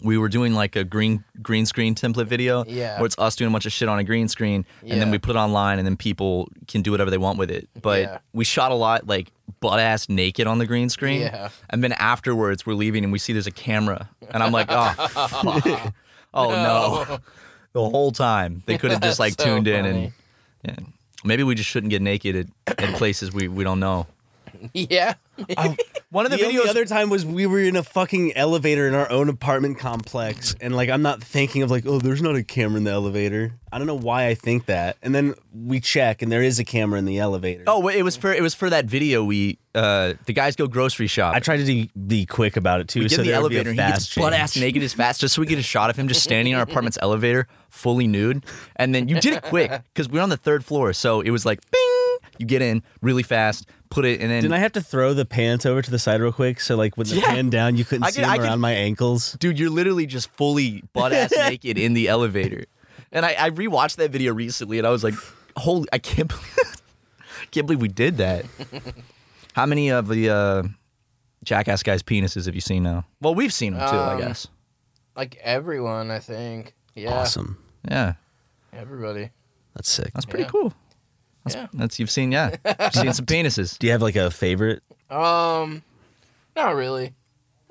we were doing like a green green screen template video, Yeah. where it's us doing a bunch of shit on a green screen, and then Yeah. we put it online, and then people can do whatever they want with it. But Yeah. we shot a lot like butt ass naked on the green screen, Yeah. and then afterwards we're leaving, and we see there's a camera, and I'm like, oh, fuck. oh no. the whole time they could have just like So tuned in funny. and. Yeah. Maybe we just shouldn't get naked at, at places we, we don't know. yeah. One of the, the only videos. other time was we were in a fucking elevator in our own apartment complex, and like I'm not thinking of like, oh, there's not a camera in the elevator. I don't know why I think that. And then we check, and there is a camera in the elevator. oh, wait, it was for it was for that video we uh the guys go grocery shop. I tried to be- be quick about it too. we get so in the there would be a elevator and he fast gets butt ass change. naked as fast just so we get a shot of him just standing in our apartment's elevator fully nude. And then you did it quick because we are on the third floor, so it was like bing. You get in really fast, put it, and then Didn't I have to throw the pants over to the side real quick so like when the Yeah. pan down you couldn't I see could- I them could- around my ankles? dude, you're literally just fully butt ass naked in the elevator. And I, I rewatched that video recently, and I was like, holy, I can't believe, can't believe we did that. How many of the uh, jackass guys' penises have you seen now? Well, we've seen them too, I Um, guess. Like everyone, I think. Yeah. Awesome. Yeah, Everybody. That's sick. that's pretty Yeah. cool. That's, Yeah. that's you've seen, yeah, you've seen some penises. Do you have like a favorite? Um, not really.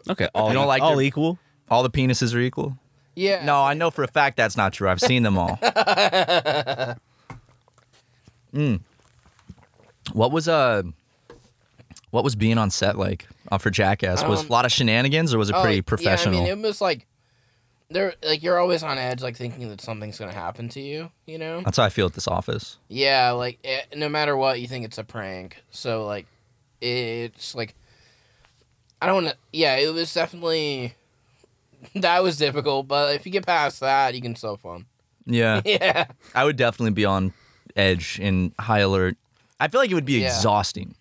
Okay, all e- You don't like all their- equal. All the penises are equal. Yeah. No, I know for a fact that's not true. I've seen them all. mm. Hmm. What was uh what was being on set like uh, for Jackass? was Um, a lot of shenanigans or was it Oh, pretty yeah, professional? I mean, it was like there, like you're always on edge, like thinking that something's gonna happen to you. You know? that's how I feel at this office. Yeah. Like eh, no matter what, you think it's a prank. So like, it's like I don't. wanna- Yeah, it was definitely that was difficult, but if you get past that, you can still have fun. Yeah. Yeah. I would definitely be on edge and high alert. I feel like it would be Yeah. exhausting.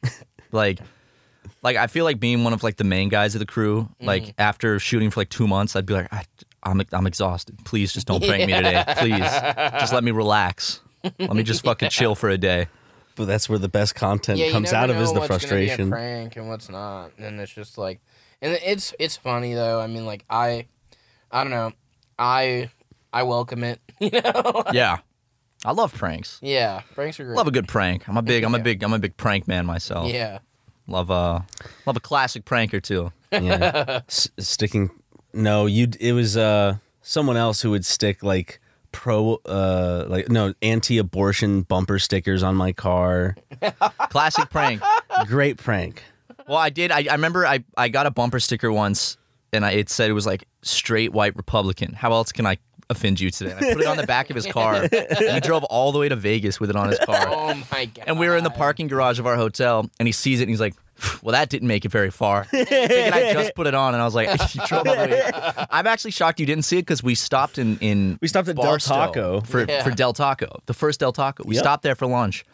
like like I feel like being one of like the main guys of the crew, Mm. like after shooting for like 2 months, I'd be like I, I'm I'm exhausted. Please just don't prank me today. Please. Just let me relax. Let me just fucking chill for a day. But that's where the best content yeah, you comes never out of know is the what's gonna be a frustration. prank and what's not, and it's just like, and it's it's funny though. I mean, like I, I don't know, I I welcome it. You know, Yeah. I love pranks. yeah, pranks are great. Love a good prank. I'm a big I'm a Yeah. big I'm a big prank man myself. Yeah, Love uh love a classic prank or two. Yeah. S- sticking no you it was uh someone else who would stick like pro uh like no anti-abortion bumper stickers on my car Classic prank. great prank Well, I did. I, I remember I, I got a bumper sticker once, and I, it said it was like straight white Republican. How else can I offend you today? And I put it on the back of his car. and he drove all the way to Vegas with it on his car. Oh my god. And we were in the parking garage of our hotel, and he sees it, and he's like, "Well, that didn't make it very far." Thinking I just put it on, and I was like, "You drove all the way." I'm actually shocked you didn't see it because we stopped in in We stopped at Del Barstow Taco. for Yeah. for Del Taco, the first Del Taco. We Yep. stopped there for lunch.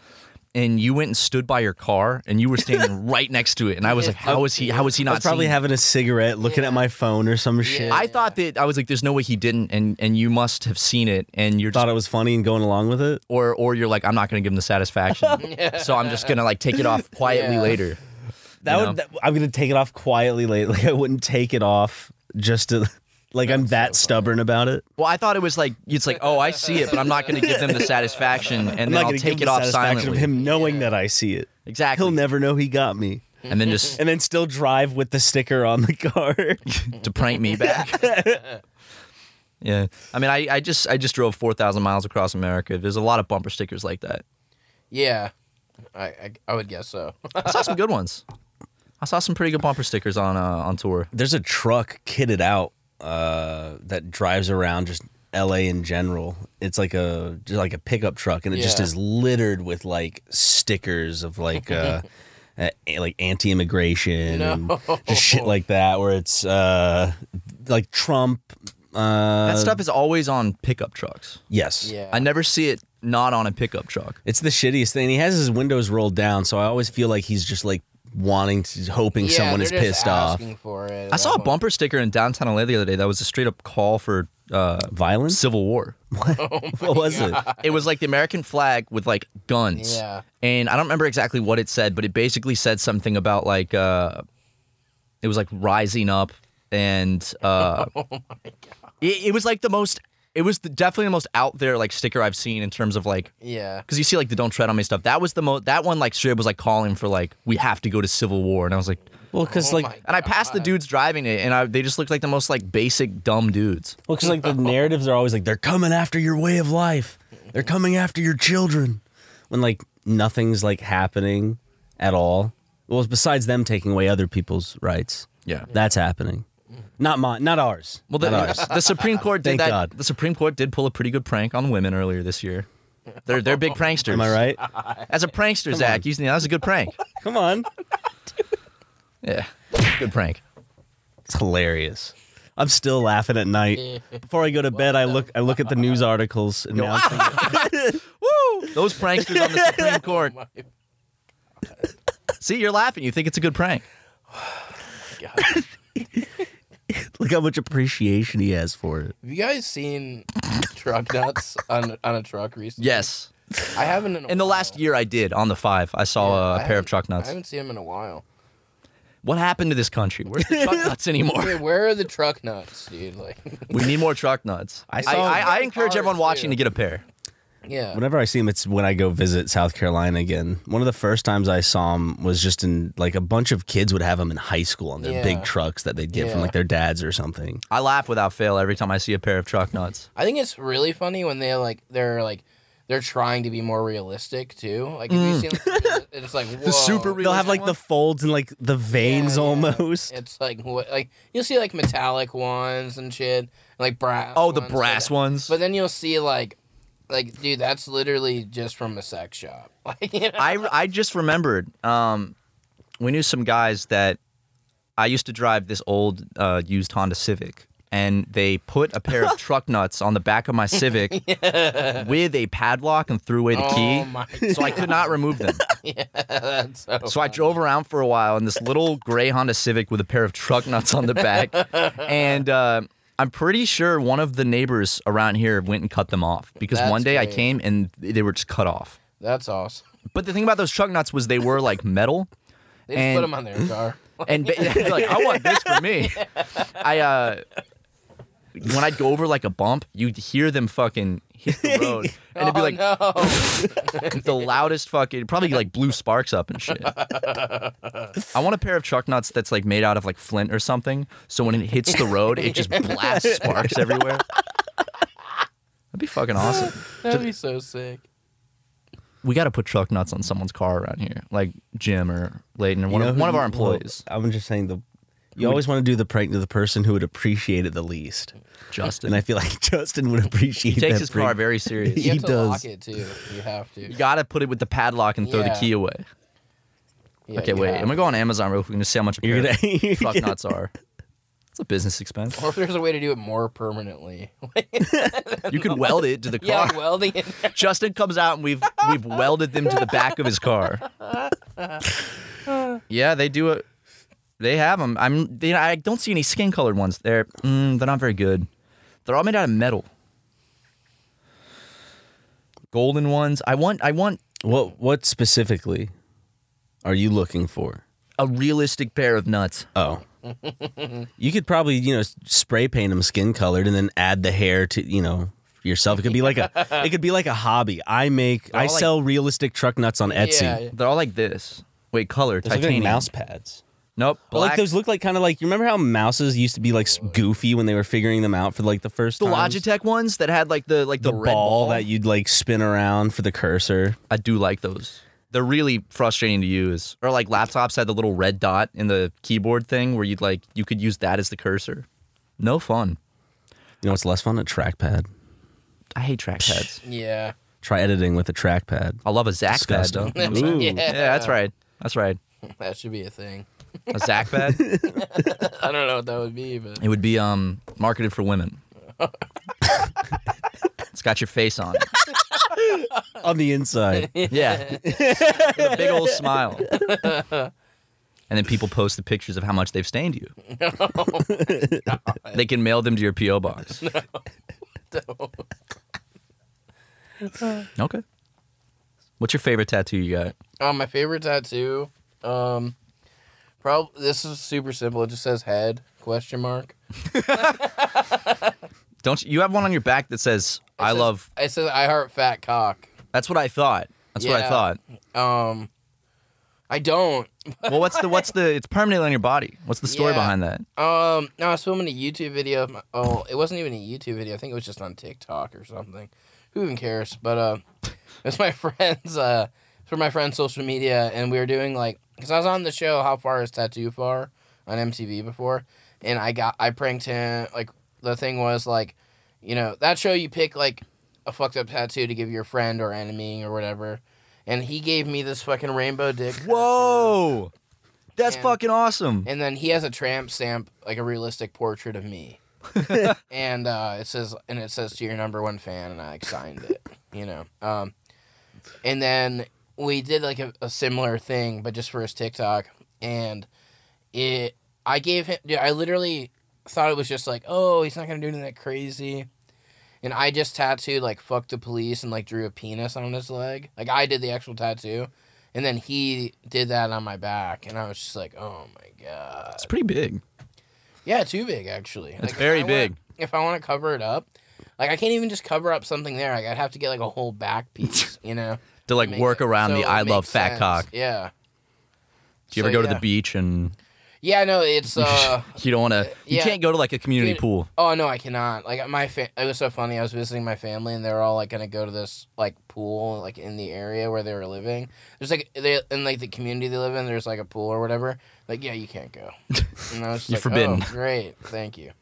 And you went and stood by your car, and you were standing right next to it. And I was like, "How is he? How is he i not?" was probably seeing having a cigarette looking at my phone or some shit I thought that I was like, "There's no way he didn't," and and you must have seen it, and you're thought just, it was funny and going along with it or or you're like, "I'm not gonna give him the satisfaction," so I'm just gonna like take it off quietly Yeah. later. that You would know? that, i'm gonna take it off quietly late like i wouldn't take it off just to like i'm that stubborn about it Well, I thought it was like it's like, "Oh, I see it," but I'm not gonna give them the satisfaction, and i'm then not I'll gonna take give it the off satisfaction silently, of him knowing that i see it exactly, he'll never know he got me and then just and then still drive with the sticker on the car. to prank me back. yeah, I mean, I, I just I just drove four thousand miles across America. There's a lot of bumper stickers like that. Yeah, I I, I would guess so. I saw some good ones. I saw some pretty good bumper stickers on uh, on tour. There's a truck kitted out uh, that drives around just L.A. in general. It's like a just like a pickup truck, and it just Yeah. is littered with like stickers of like. Uh, Uh, like anti-immigration No. and just shit like that where it's uh like trump uh That stuff is always on pickup trucks. yes Yeah. I never see it not on a pickup truck. It's the shittiest thing. He has his windows rolled down, so I always feel like he's just like wanting to, hoping yeah, someone they're is just pissed off. asking For it I saw a bumper sticker in downtown LA the other day that was a straight up call for uh, Violence? Civil War. what was it? It was like the American flag with like guns. Yeah. And I don't remember exactly what it said, but it basically said something about like uh, it was like rising up and uh, it, it was like the most. It was the, definitely the most out there like sticker I've seen in terms of like Yeah. because you see like the "Don't Tread on Me" stuff. That was the most. That one like straight was like calling for like we have to go to civil war, and I was like, Well, because like, Oh my- and I passed the dudes driving it, and I, they just looked like the most like basic dumb dudes. well, 'cause, like the narratives are always like they're coming after your way of life. They're coming after your children. when like nothing's like happening at all. Well, besides them taking away other people's rights, Yeah. that's happening. Not mine, not ours. Well, the, not ours. the Supreme Court did Thank that. God. The Supreme Court did pull a pretty good prank on women earlier this year. They're they're big pranksters. Am I right? As a prankster, Zach, you that was a good prank. Come on, Yeah, good prank. it's hilarious. I'm still laughing at night. Before I go to bed, I look I look at the news articles announcing Woo! Those pranksters on the Supreme Court. Oh My See, you're laughing. You think it's a good prank. God. Have look how much appreciation he has for it. you guys seen truck nuts on on a truck recently? Yes. I haven't in, a In the while. last year, I did on the five. I saw a I pair of haven't- truck I nuts. haven't seen them in a while. What happened to this country? Where's the truck nuts Dude, anymore? where are the truck nuts, dude? Like, We need more truck nuts. I saw- I, I encourage everyone Ours, watching to too. get a pair. yeah. Whenever I see him, it's when I go visit South Carolina again. One of the first times I saw him was just in like a bunch of kids would have him in high school on their Yeah. big trucks that they'd get from Yeah. like their dads or something. I laugh without fail every time I see a pair of truck nuts. I think it's really funny when they like they're like they're trying to be more realistic too. Like if Mm. you see like, it's like whoa. They'll have like the folds and like the veins Yeah, yeah. almost. It's like what like you'll see like metallic ones and shit, and, like brass. Oh, the ones, brass but- ones. But then you'll see like like dude, that's literally just from a sex shop. Like you know? I, I just remembered um, we knew some guys that I used to drive this old uh, used Honda Civic, and they put a pair of truck nuts on the back of my Civic with a padlock and threw away the oh key. my So I could not remove them. that's so So I drove around for a while in this little gray Honda Civic with a pair of truck nuts on the back, and uh, I'm pretty sure one of the neighbors around here went and cut them off because one That's day I great. came and they were just cut off. that's awesome. But the thing about those truck nuts was they were like metal. They just And- put them on their car. and ba- like I want this for me. I uh, when I'd go over like a bump, you'd hear them fucking hit the road, and it'd be like oh, no. the loudest fucking, probably like blew sparks up and shit. I want a pair of truck nuts that's like made out of like flint or something, so when it hits the road, it just blasts sparks everywhere. That'd be fucking awesome. That'd be so sick. We got to put truck nuts on someone's car around here, like Jim or Layton or one, You know of, who one of you- our employees, well, I'm just saying the. You always want to do the prank to the person who would appreciate it the least, Justin. and I feel like Justin would appreciate. he takes that his prank. car very serious. You He have to does. lock it too. You have to. You gotta put it with the padlock and throw Yeah. the key away. Yeah, okay, you wait. have I'm gonna go on Amazon real quick and just see how much a You're pair of gonna- you're truck gonna- nuts are. It's a business expense. Or if there's a way to do it more permanently. You could weld it to the yeah, car. welding it. Justin comes out and we've we've welded them to the back of his car. yeah, they do it. They have them. I'm. They, I don't see any skin colored ones. They're mm, they're not very good. They're all made out of metal. Golden ones. I want. I want What what specifically are you looking for? a realistic pair of nuts. Oh. you could probably, you know, s- spray paint them skin colored and then add the hair to, you know, yourself. It could be like a it could be like a hobby. I make I all like- sell realistic truck nuts on Etsy. Yeah, yeah. They're all like this. Wait, color Those look like titanium. mouse pads. Nope. But like those look like kind of like you remember how mouses used to be like s- goofy when they were figuring them out for like the first the times? Logitech ones that had like the like the, the red ball that you'd like spin around for the cursor. I do like those. They're really frustrating to use. Or like laptops had the little red dot in the keyboard thing where you'd like you could use that as the cursor. No fun. You know what's less fun? A trackpad. I hate trackpads. Yeah. Try editing with a trackpad. I love a Zach pad though. Disgusting. yeah, Ooh. that's right. That's right. That should be a thing. A Zach pad. I don't know what that would be, but it would be um marketed for women. it's got your face on it. On the inside. Yeah. With a big old smile. And then people post the pictures of how much they've stained you. they can mail them to your P.O. box. okay. What's your favorite tattoo you got? uh, my favorite tattoo. Um, probably this is super simple. It just says head question mark. Don't you, you have one on your back that says I says- love It says I heart fat cock. That's what I thought. That's what I Yeah. thought. Um, I don't. Well, what's the what's the it's permanently on your body. What's the story Yeah. behind that? Um, no, I was filming a YouTube video. Of my, oh, it wasn't even a YouTube video. I think it was just on TikTok or something. Who even cares? But uh, It's my friend's uh for my friend's social media, and we were doing like because I was on the show How Far Is Tattoo Far on MTV before, and I got I pranked him like the thing was like, you know that show you pick like a fucked up tattoo to give your friend or enemy or whatever, and he gave me this fucking rainbow dick. Whoa, that's And- fucking awesome. And then he has a tramp stamp, like a realistic portrait of me. and uh, it says, and it says to your number one fan, and I like, signed it, you know. Um, and then we did like a, a similar thing, but just for his TikTok, and it, I gave him, dude, I literally thought it was just like, oh, he's not gonna do anything that crazy, and I just tattooed like fuck the police and like drew a penis on his leg, like I did the actual tattoo, and then he did that on my back, and I was just like, oh my god. It's pretty big. Yeah, too big actually. It's very big. if I want to cover it up, like I can't even just cover up something there. Like I'd have to get like a whole back piece, you know. To like make work it- around so the it I love makes fat sense. cock. Yeah. Do you ever So, go to yeah. the beach and Yeah, no, it's uh you don't want to? You yeah. can't go to like a community Dude, pool. Oh no, I cannot. Like my fa- it was so funny. I was visiting my family, and they were all like gonna go to this like pool like in the area where they were living. There's like they in like the community they live in. There's like a pool or whatever. Like yeah, you can't go. And I was just You're like, forbidden. Oh, great, thank you.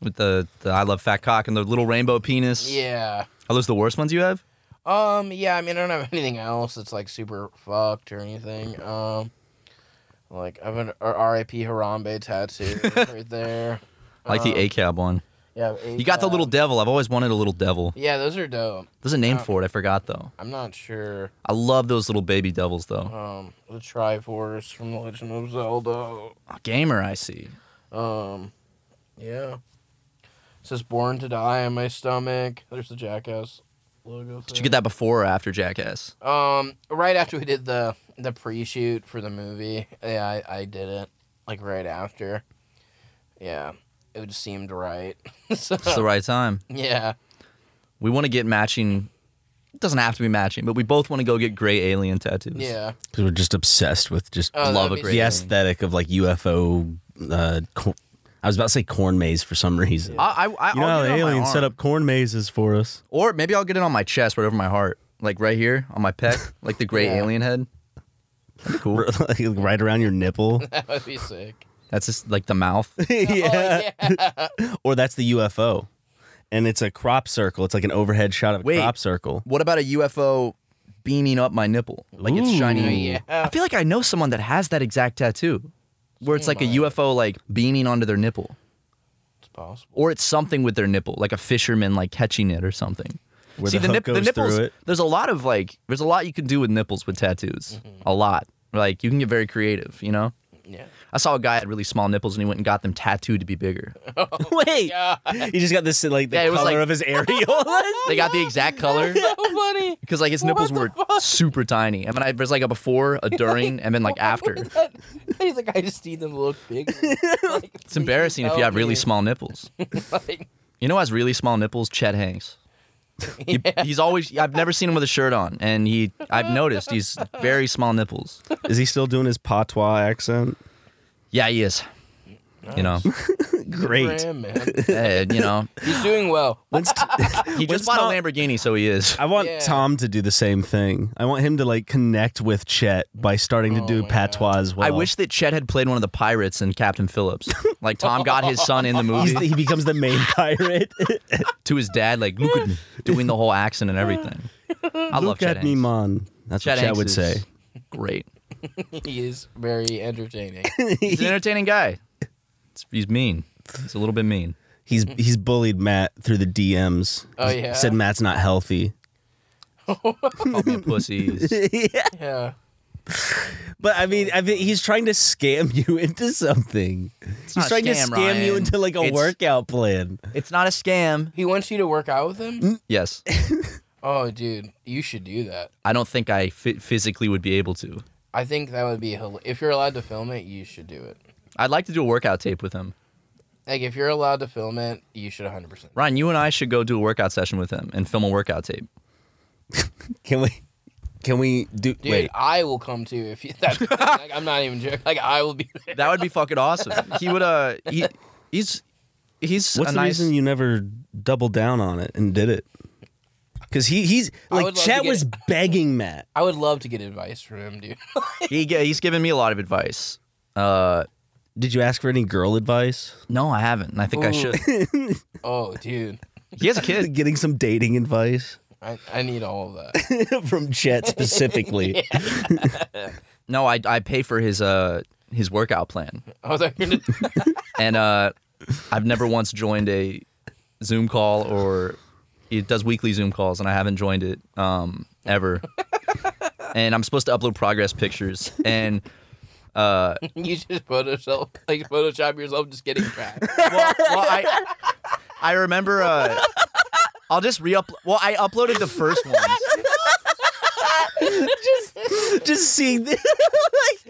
with the, the I love fat cock and the little rainbow penis. Yeah. Are those the worst ones you have? Um. Yeah. I mean, I don't have anything else that's like super fucked or anything. Um. Like I have an R- RIP Harambe tattoo right there. I like the Um, A cab one. Yeah. You got the little Acab. devil. I've always wanted a little devil. Yeah, those are dope. There's a name Uh. for it. I forgot though. I'm not sure. I love those little baby devils though. Um, the Triforce from The Legend of Zelda. A gamer, I see. Um, yeah. It says "Born to Die" on my stomach. There's the Jackass logo. Did you get that before or after Jackass? that? Um, right after we did the the pre-shoot for the movie, yeah, I, I did it like right after. Yeah, it just seemed right. so, It's the right time. Yeah, We want to get matching. It doesn't have to be matching, but we both want to go get gray alien tattoos. yeah. Because we're just obsessed with just Oh, Love that'd a be great the sick. aesthetic of like UFO. Uh, cor- I was about to say corn maze for some reason. I, I, I, You know I'll get how it the Oh, on my aliens arm. set up corn mazes for us. Or maybe I'll get it on my chest, right over my heart, like right here on my pec, like the gray Yeah. alien head. Cool. like, right around your nipple. That would be sick. That's just like the mouth. yeah. Oh, yeah. Or that's the UFO. And it's a crop circle. It's like an overhead shot of a Wait. crop circle. what about a UFO beaming up my nipple? Like it's shiny. Yeah. I feel like I know someone that has that exact tattoo, where it's like a Somebody. UFO like beaming onto their nipple, It's possible. or it's something with their nipple, like a fisherman like catching it or something. Where the hook goes through nipples. it. There's a lot of like, there's a lot you can do with nipples with tattoos. Mm-hmm. A lot. Like you can get very creative. You know. Yeah. I saw a guy had really small nipples and he went and got them tattooed to be bigger. Wait. He just got this like the Yeah, it was color like- of his areolas. They got the exact color. So funny. Because like his nipples What were the fuck? super tiny, and then I, there's like a before, a during, and then like after. He's like, I just need them to look big. It's embarrassing if you have really small nipples. You know, who has really small nipples. Chet Hanks. He- He's always. I've never seen him with a shirt on, and he. I've noticed he's very small nipples. Is he still doing his patois accent? Yeah, he is. You know, Great. Eh, you know, He's doing well. When's t- he just When's bought Tom- a Lamborghini, so he is. I want Yeah. Tom to do the same thing. I want him to like connect with Chet by starting to Oh, do patois as well. I wish that Chet had played one of the pirates in Captain Phillips. Like Tom got his son in the He's movie the- he becomes the main pirate. to his dad, like look at me, doing the whole accent and everything. I love Look Chet at me, Hanks. man. That's Chet what Chet Hanks would is say. Great. He is very entertaining. He's an entertaining guy. It's- he's mean. He's a little bit mean. He's Mm-hmm. he's bullied Matt through the DMs. Oh, He yeah? Said Matt's not healthy. Called me a pussy. He's- Yeah. But I mean, I mean, he's trying to scam you into something. not he's a trying scam, to scam you Ryan. into like a It's- workout plan. It's not a scam. He wants you to work out with him? Yes. Oh, dude, you should do that. I don't think I fi- physically would be able to. I think that would be hila- if you're allowed to film it, you should do it. I'd like to do a workout tape with him. Like if you're allowed to film it, you should 100%. Ryan, you and I should go do a workout session with him and film a workout tape. Can we? Can we do? Dude, wait, I will come too if you that like, I'm not even joking. Like I will be there. That would be fucking awesome. He would. Uh, he, he's he's what's a the nice. reason you never doubled down on it and did it? because he he's I like would love to Chet get- was begging Matt. I would love to get advice from him, dude. He, g- he's given me a lot of advice. Uh, Did you ask for any girl advice? no, I haven't, and I think I Ooh. should. oh, dude, He has a kid. Getting some dating advice I, I need all of that. from Chet specifically. No, I I pay for his uh his workout plan, I was like, and uh, I've never once joined a Zoom call or he does weekly Zoom calls, and I haven't joined it um ever. and I'm supposed to upload progress pictures, and uh, you should Photoshop, like Photoshop yourself just getting cracked. well, well, I I remember. Uh, I'll just re-up. Well, I uploaded the first ones. Just seeing the,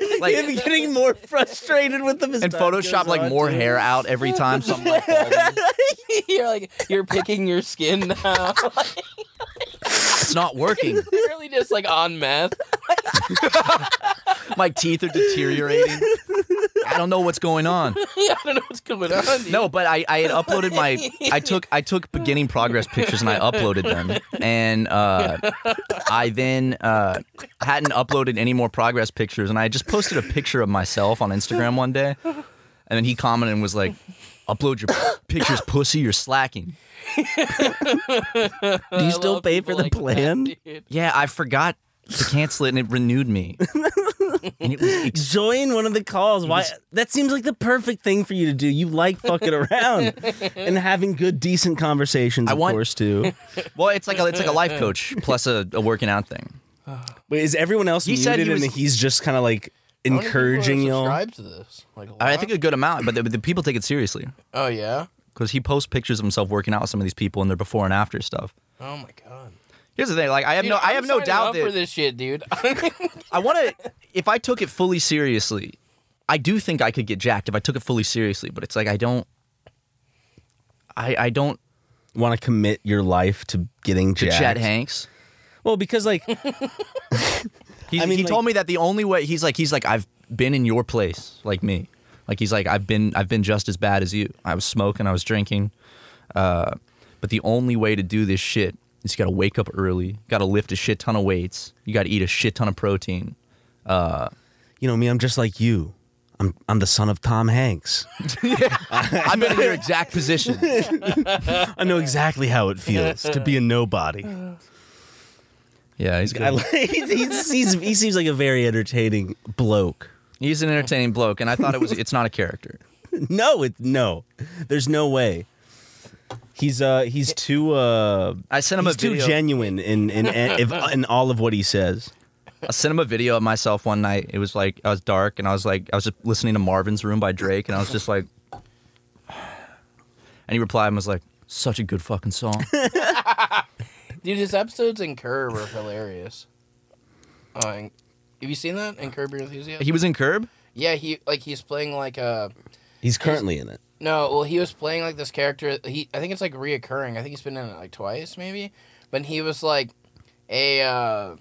like, Like- him getting more frustrated with them. as and time goes Photoshop like on, more too. hair out every time. So I'm like, balding. you're like, you're picking your skin now. like, it's not working. really just like on meth. My teeth are deteriorating. I don't know what's going on. I don't know what's going on. Dude. No, but I, I had uploaded my I took I took beginning progress pictures and I uploaded them. And uh, I then uh, hadn't uploaded any more progress pictures and I just posted a picture of myself on Instagram one day. And then he commented and was like, Upload your pictures, pussy, you're slacking. Do you Uh, I still love pay people for the like that, plan? dude. Yeah, I forgot to cancel it and it renewed me. And it was ex- Join one of the calls. Why? That seems like the perfect thing for you to do. You like fucking around and having good, decent conversations. I of want- course, too. Well, it's like a, it's like a life coach plus a, a working out thing. Wait, is everyone else He muted said he and was- he's just kind of like How many people are encouraging y'all? Subscribe to this. Like, a I lot? think a good amount, but the, the people take it seriously Oh yeah. because he posts pictures of himself working out with some of these people and their before and after stuff. Oh my god. Here's the thing, like I have Dude, no, I I'm have no signing doubt up for that this shit, dude. I want to. If I took it fully seriously, I do think I could get jacked if I took it fully seriously. But it's like I don't, I I don't Want to commit your life to getting to jacked? Chad Hanks. Well, because like He, I mean, he like- told me that the only way he's like he's like I've been in your place like me, like he's like I've been I've been just as bad as you. I was smoking, I was drinking, uh, but the only way to do this shit is you got to wake up early, got to lift a shit ton of weights, you got to eat a shit ton of protein. you know me, I'm just like you. I'm I'm the son of Tom Hanks. I've been in your exact position. I know exactly how it feels to be a nobody. Yeah, he's I good. like, he's, he's, he's, he seems like a very entertaining bloke. he's an entertaining bloke, and I thought it was it's not a character. No, it no. There's no way. He's uh he's too uh I sent him he's a too video. genuine in in if, in all of what he says. I sent him a video of myself one night. It was like I was dark, and I was like I was just listening to Marvin's Room by Drake, and I was just like, and he replied and was like, "Such a good fucking song." Dude, his episodes in Curb are hilarious. Oh, and- have you seen that in Curb Your Enthusiasm? he was in Curb. yeah, he like he's playing like uh, a He's currently in it. no. Well, he was playing like this character. He I think it's like reoccurring. I think he's been in it like twice maybe. But he was like a uh,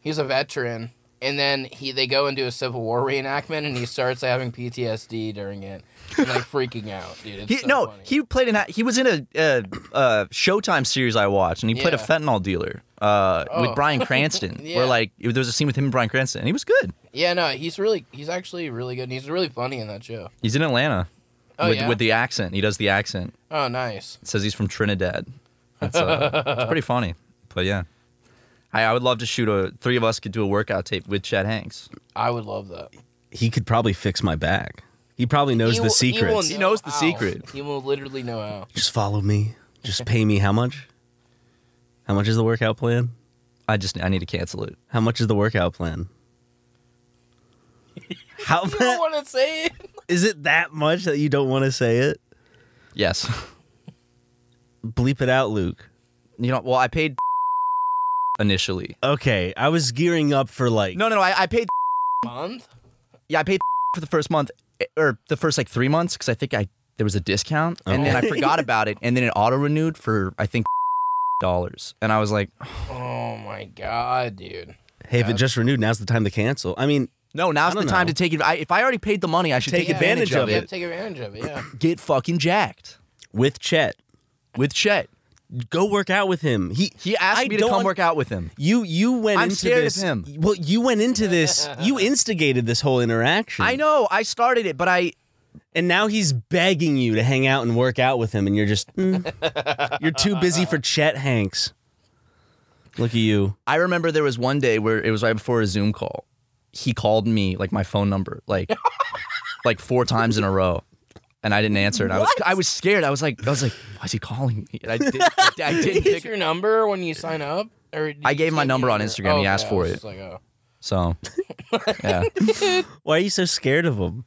he's a veteran, and then he they go into a Civil War reenactment, and he starts having PTSD during it, and, like freaking out, dude. It's He, so no, funny. he played in. a- He was in a, uh uh Showtime series I watched, and he played a Yeah. fentanyl dealer uh, Oh. with Brian Cranston. Yeah. Where like it- there was a scene with him and Brian Cranston, and he was good. yeah no he's really he's actually really good, and he's really funny in that show. He's in Atlanta Oh with, yeah. with the accent. He does the accent. oh nice. It says he's from Trinidad. It's, uh, it's pretty funny, but yeah. I, I would love to shoot a. Three of us could do a workout tape with Chad Hanks. I would love that. He could probably fix my back. He probably knows He the will- he will secrets. know He knows the how. secret. He will literally know how. Just follow me. Just pay me how much? How much is the workout plan? I just I need to cancel it. How much is the workout plan? How You don't want to say it. is it that much that you don't want to say it? Yes. Bleep it out, Luke. You know. Well, I paid initially. Okay, I was gearing up for like No, no, no. I, I paid. Month? Yeah, I paid for the first month eh, or the first like three months because I think I there was a discount and then I forgot about it and then it auto renewed for I think dollars and I was like, Oh my god, dude. Hey, if it just renewed, now's the time to cancel. I mean, no, now's the don't time know. to take it. I, if I already paid the money, I should take, Take advantage of yeah, it. Take advantage of it. Yeah. Get fucking jacked with Chet, with Chet. Go work out with him. He He asked I me to don't come un- work out with him. You you went I'm into scared of this. him. Well, you went into this. You instigated this whole interaction. I know. I started it, but I And now he's begging you to hang out and work out with him, and you're just mm. you're too busy for Chet Hanks. Look at you. I remember there was one day where it was right before a Zoom call. He called me like my phone number like like four times in a row. And I didn't answer, and I was I was scared. I was like, I was like, why is he calling me? And I did, I Did didn't you get pick your number when you sign up? Or did I you gave just, my like, number give on your- Instagram. He Okay, asked I for was it. just like, oh. So, yeah, Why are you so scared of him?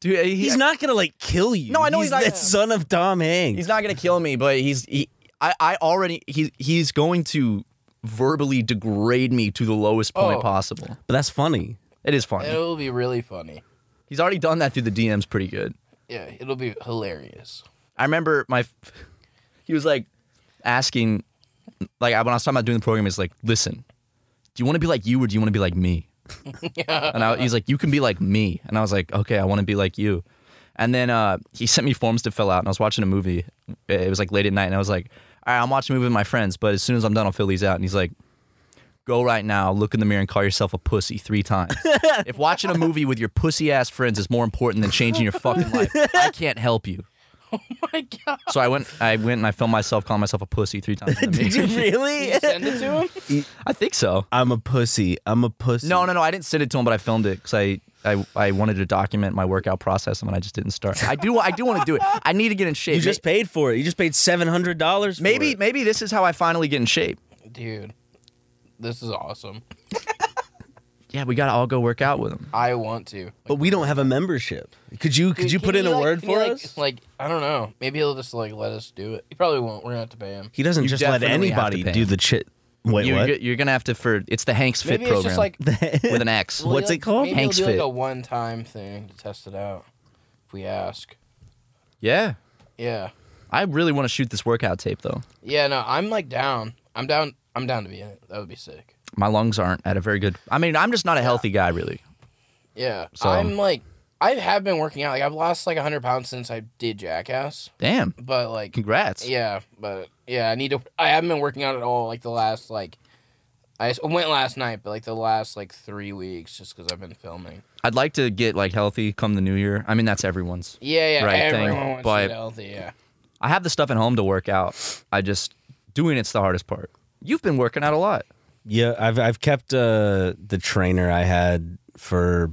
dude, he- He's not gonna like kill you. No, I know he's not the gonna- son of Tom Hanks. He's not gonna kill me, but he's he. I, I already he's he's going to verbally degrade me to the lowest point Oh. possible. but that's funny. It is funny. It'll be really funny. He's already done that through the DMs pretty good. Yeah, it'll be hilarious. I remember my f- he was like asking like when I was talking about doing the program, he's like, listen, do you want to be like you or do you want to be like me? and I, he's like, you can be like me, and I was like, okay, I want to be like you. And then uh, he sent me forms to fill out, and I was watching a movie. It was like late at night, and I was like, all right, I'm watching a movie with my friends, but as soon as I'm done, I'll fill these out. And he's like. Go right now, look in the mirror, and call yourself a pussy three times. if watching a movie with your pussy ass friends is more important than changing your fucking life, I can't help you. Oh My God, So I went, I went and I filmed myself calling myself a pussy three times. in the Did you mirror. really? send it to him. I think so. I'm a pussy. I'm a pussy. No, no, no. I didn't send it to him, but I filmed it because I, I, I wanted to document my workout process, and I just didn't start. I do, I do want to do it. I need to get in shape. You just paid for it. You just paid seven hundred dollars. maybe, maybe this is how I finally get in shape. Dude, this is awesome. Yeah, we gotta all go work out with him. I want to. but we don't have a membership. Could you? Could Dude, you can put in he, a like- word can he, for like- us? Like, I don't know. Maybe he'll just like let us do it. He probably won't. We're gonna have to pay him. he doesn't You just let definitely have to anybody pay do him. the chit. Wait, you're, what? go- you're gonna have to for it's the Hanks Fit Maybe program it's just like with an X. Well, What's he'll- it called? Maybe Hank's he'll do Fit. like a one-time thing to test it out. If we ask, yeah, yeah, I really want to shoot this workout tape though. yeah. No, I'm like down. I'm down. I'm down to be in it. That would be sick. My lungs aren't at a very good. I mean, I'm just not a healthy guy really. Yeah. So- I'm like, I have been working out. Like, I've lost like 100 pounds since I did Jackass. Damn. But like, Congrats. yeah, but yeah, I need to. I haven't been working out at all. Like the last like, I s- went last night, but like the last like three weeks, just because I've been filming. I'd like to get like healthy come the new year. I mean, that's everyone's. Yeah, yeah. Right thing, everyone wants to but- get healthy. Yeah. I have the stuff at home to work out. I just doing it's the hardest part. You've been working out a lot. Yeah, I've I've kept uh, the trainer I had for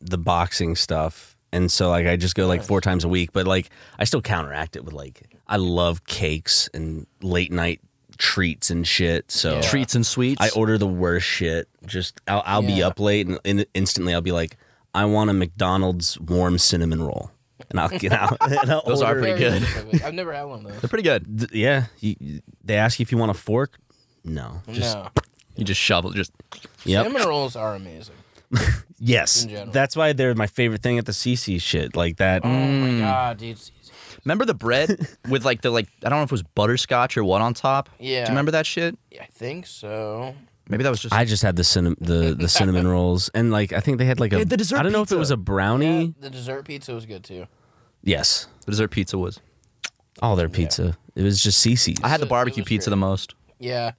the boxing stuff, and so like I just go like four times a week, but like I still counteract it with like I love cakes and late night treats and shit. So Treats and sweets. I order the worst shit. Just I'll, I'll be Yeah. up late and in, instantly I'll be like, I want a McDonald's warm cinnamon roll, and I'll get out. and I'll Those are order- Pretty Very good. specific. I've never had one of those. They're pretty good. Th- yeah. You, they ask you if you want a fork. No. Just no. You just shovel. Just yep. Cinnamon rolls are amazing. Yes, in general. that's why they're my favorite thing at the CC shit like that. Oh Mm. my god, dude. it's easy. remember the bread with like the like I don't know if it was butterscotch or what on top. Do Yeah. you remember that shit? I think so. Maybe that was just. I just had the cinnamon the, the cinnamon rolls and like I think they had like a Yeah, the dessert I don't know if it pizza. was a brownie. The dessert pizza was good too. Yes, the dessert pizza was. all their pizza. It was just CC's. I had So the it barbecue was pizza great. the most. Yeah.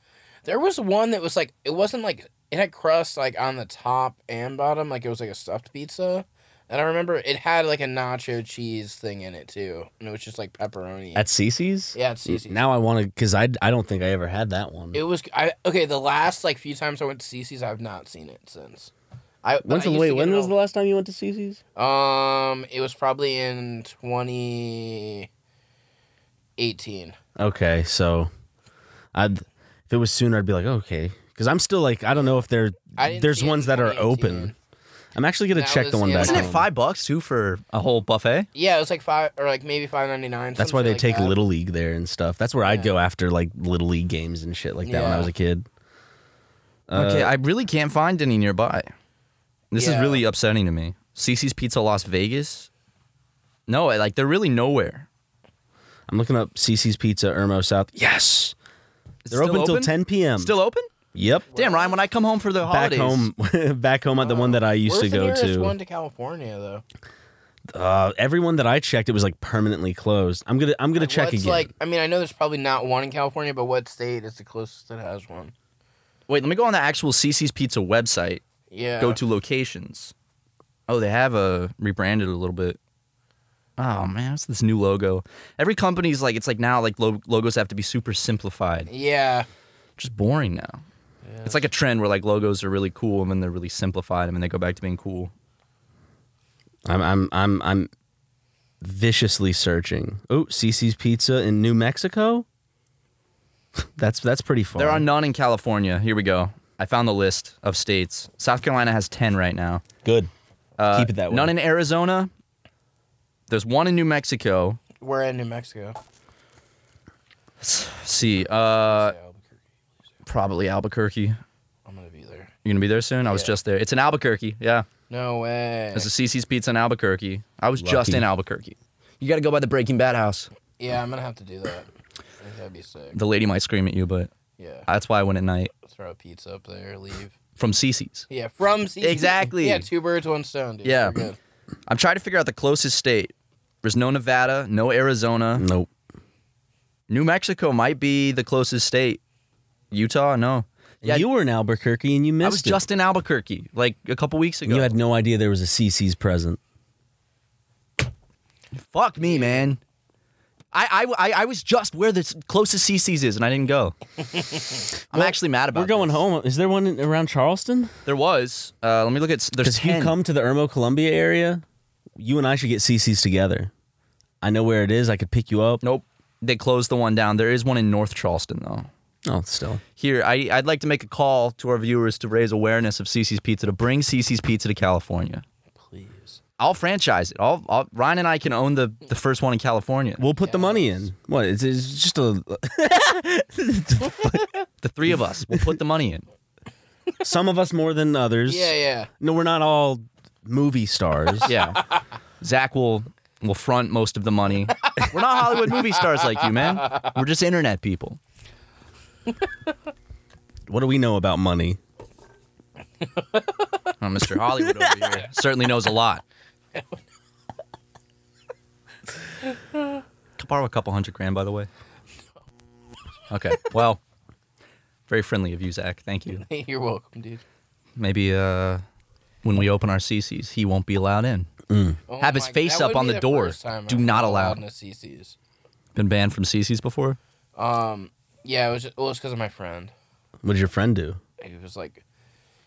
There was one that was like it wasn't like it had crust like on the top and bottom, like it was like a stuffed pizza. And I remember it had like a nacho cheese thing in it too. And it was just like pepperoni. at CC's. yeah, it's CC's. Now I want to because I I don't think I ever had that one. it was I okay, the last like few times I went to CC's I've not seen it since. I but When's I the used wait? to get When it was all- the last time you went to CC's? Um, it was probably in 2018. Okay, so I'd if it was sooner I'd be like okay because I'm still like I don't know if they're I didn't there's see it ones in that are 2018. open. I'm actually gonna That check the was- one yeah, back. Isn't it home. five bucks too for a whole buffet? Yeah, it was like five or like maybe five ninety nine. That's why they like take that. little league there and stuff. That's where I'd Yeah. go after like little league games and shit like that when I Yeah. was a kid. okay, I really can't find any nearby. This is Yeah. really upsetting to me. CC's Pizza Las Vegas. No, like they're really nowhere. I'm looking up CC's Pizza, Irmo South. Yes, Is it they're still open, till 10 p.m. Still open? Yep. Damn, Ryan, when I come home for the Back holidays. home, back home at the one that I used Where's to the go nearest to. one to California though? Uh, everyone that I checked, it was like permanently closed. I'm gonna I'm gonna check What's again. Like, I mean, I know there's probably not one in California, but what state is the closest that has one? Wait, let me go on the actual CC's Pizza website. Yeah. Go to locations. Oh, they have uh, rebranded a little bit. Oh man, what's this new logo? Every company's like it's like now like lo- logos have to be super simplified. Yeah. just boring now. It's like a trend where like logos are really cool and then they're really simplified and then they go back to being cool. I'm I'm I'm I'm viciously searching. Oh, CC's Pizza in New Mexico. that's that's pretty far. There are none in California. Here we go. I found the list of states. South Carolina has 10 right now. good. Keep it that Uh, way. None in Arizona. There's one in New Mexico. We're in New Mexico. Let's see, uh, Albuquerque. probably Albuquerque. You're I'm gonna be there. going to be there soon? I was Yeah. just there. It's in Albuquerque. Yeah. No way. It's a CC's Pizza in Albuquerque. I was just Lucky. in Albuquerque. You got to go by the Breaking Bad house. Yeah, I'm gonna have to do that. I think That'd be sick. The lady might scream at you, but Yeah. that's why I went at night Throw a pizza up there. Leave. from CC's. Yeah, from C- Exactly. Yeah, two birds, one stone, dude. Yeah. We're good. I'm trying to figure out the closest state. There's no Nevada, no Arizona. Nope. New Mexico might be the closest state. Utah, no. Yeah, you were in Albuquerque and you missed I was it. just in Albuquerque like a couple weeks ago. you had no idea there was a CC's present. Fuck me, man. I, I, I, I was just where the closest CC's is and I didn't go. I'm actually mad about We're going this. home. Is there one in, around Charleston? There was. Uh, let me look at. s- There's Because if 10. you come to the Irmo Columbia area, you and I should get CC's together. I know where it is. I could pick you up. Nope. They closed the one down. There is one in North Charleston, though. Oh, still. Here, I, I'd like to make a call to our viewers to raise awareness of CC's Pizza, to bring CC's Pizza to California. Please. I'll franchise it. I'll, I'll Ryan and I can own the, the first one in California. We'll put the money in. What? It's, it's just a the three of us. We'll put the money in. some of us more than others. Yeah, yeah. No, we're not all movie stars. Yeah. Zach will will front most of the money. We're not Hollywood movie stars like you, man. We're just internet people. What do we know about money? Oh, Mr. Hollywood over here certainly knows a lot. Could borrow a couple hundred grand, by the way. Okay. Well, very friendly of you, Zach. Thank you. You're welcome, dude. Maybe uh, when we open our CCs, he won't be allowed in. Oh Have his my- face that up would on be the door. first time Do I've not been allow. allowed in the CC's. Been banned from CC's before? Um, yeah, it was just, well, it's because of my friend. What did your friend do? He was like,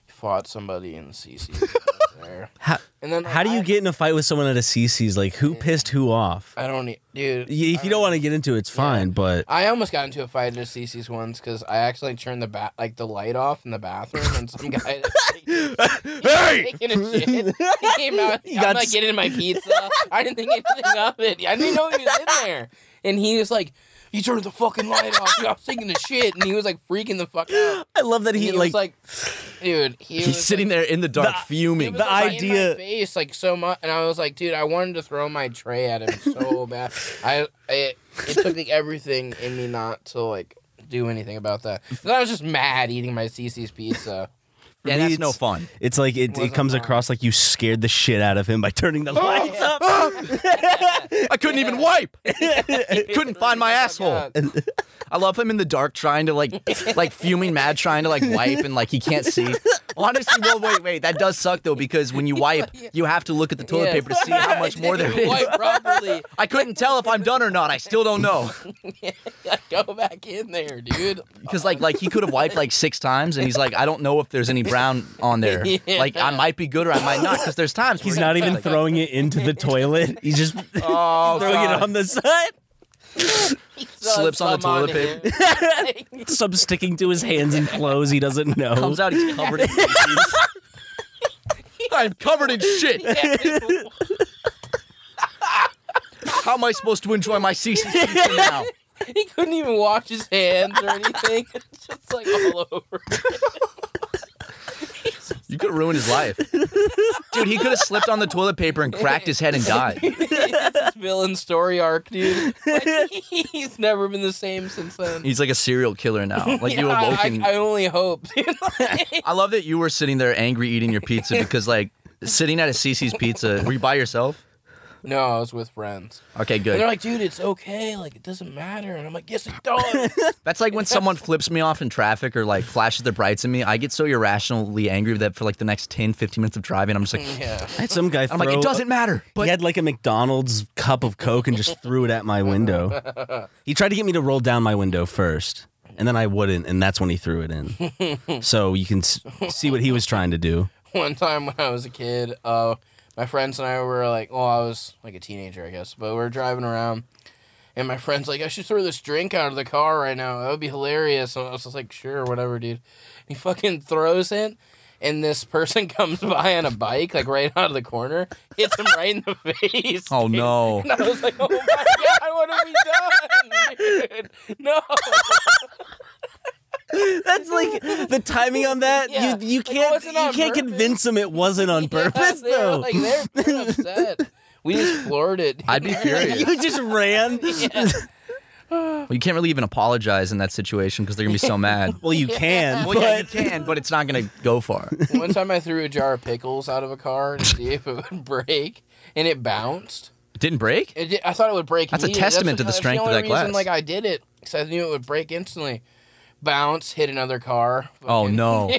fought somebody in the CC's. there. How, And then like, how do you I- get in a fight with someone at a CC's? Like, who pissed who off? I don't, e- dude. Y- If you don't want to get into it, it's fine, but I almost got into a fight at a CC's once because I accidentally turned the ba- like the light off in the bathroom, and some guy. hey! Taking a shit. He came out. You I'm got like s- getting my pizza. I didn't think anything of it. I didn't know he was in there, and he was like, "You turned the fucking light off. dude. I was taking a shit," and he was like freaking the fuck out. I love that And he, he like, was like, "Dude, he He's was, sitting like, there in the dark fuming. It was, The like, in idea- my face like so much, and I was like, dude, I wanted to throw my tray at him so bad. I, I it took like everything in me not to like do anything about that. And I was just mad eating my CC's pizza. and me, that's no it's- fun. it's like it, it Wasn't comes mine. across like you scared the shit out of him by turning the Oh, lights up. I couldn't even wipe. couldn't find my asshole. Oh God. I love him in the dark trying to like like fuming mad trying to like wipe and like he can't see. Honestly, no, wait, wait. That does suck though, because when you wipe, you have to look at the toilet Yeah. paper to see how much more there Didn't even is. wipe properly. I couldn't tell if I'm done or not. I still don't know. Go back in there, dude. Because like like he could have wiped like six times and he's like, I don't know if there's any brown on there. Yeah. Like I might be good or I might not. Because there's times He's where not he- even like, throwing it into the toilet. He's just Oh, throwing God. it on the side. Slips on the Some toilet paper. him. Some sticking to his hands and clothes he doesn't know. comes out, he's covered in feces. I'm covered in shit. How am I supposed to enjoy my season now? he couldn't even wash his hands or anything. It's just like all over. You could ruin his life. Dude, he could have slipped on the toilet paper and cracked his head and died. It's his villain story arc, dude. Like, he's never been the same since then. He's like a serial killer now. Like you Yeah, I- awoken. I, I, only hope. dude. love that you were sitting there angry eating your pizza because like sitting at a CC's pizza, were you by yourself? No, I was with friends. Okay, And they're good. like, dude, it's okay. Like, it doesn't matter. And I'm like, yes, it does. That's like when someone flips me off in traffic or like flashes their brights at me. I get so irrationally angry with that for like the next 10, 15 minutes of driving. I'm just like, yeah. I had some guy. I'm like, throw- it doesn't matter. But he had like a McDonald's cup of Coke and just threw it at my window. He tried to get me to roll down my window first, and then I wouldn't, and that's when he threw it in. so you can s- see what he was trying to do. one time when I was a kid, uh, my friends and I were like, well, I was like a teenager, I guess, but we were driving around, and my friend's like, I should throw this drink out of the car right now. That would be hilarious. And I was just like, sure, whatever, dude. he fucking throws it, and this person comes by on a bike, like right out of the corner, hits him right in the face. oh dude. no. And I was like, oh my god, what have we done, dude? No. That's like the timing on that. Yeah. You you Like, it can't wasn't on you can't purpose. convince him it wasn't on purpose Yeah, they were, though. Like, they're they're upset. We just floored it. dude. I'd be furious. you just ran. Well, you can't really even apologize in that situation because they're gonna be so mad. Well, you can, Well, but yeah, you can, but it's not gonna go far. One time I threw a jar of pickles out of a car to see if it would break, and it bounced. It didn't break. It did, I thought it would break. That's a immediately. testament to the that's strength of only that reason, glass. Like I did it because I knew it would break instantly. Bounce, hit another car. Oh fucking- no.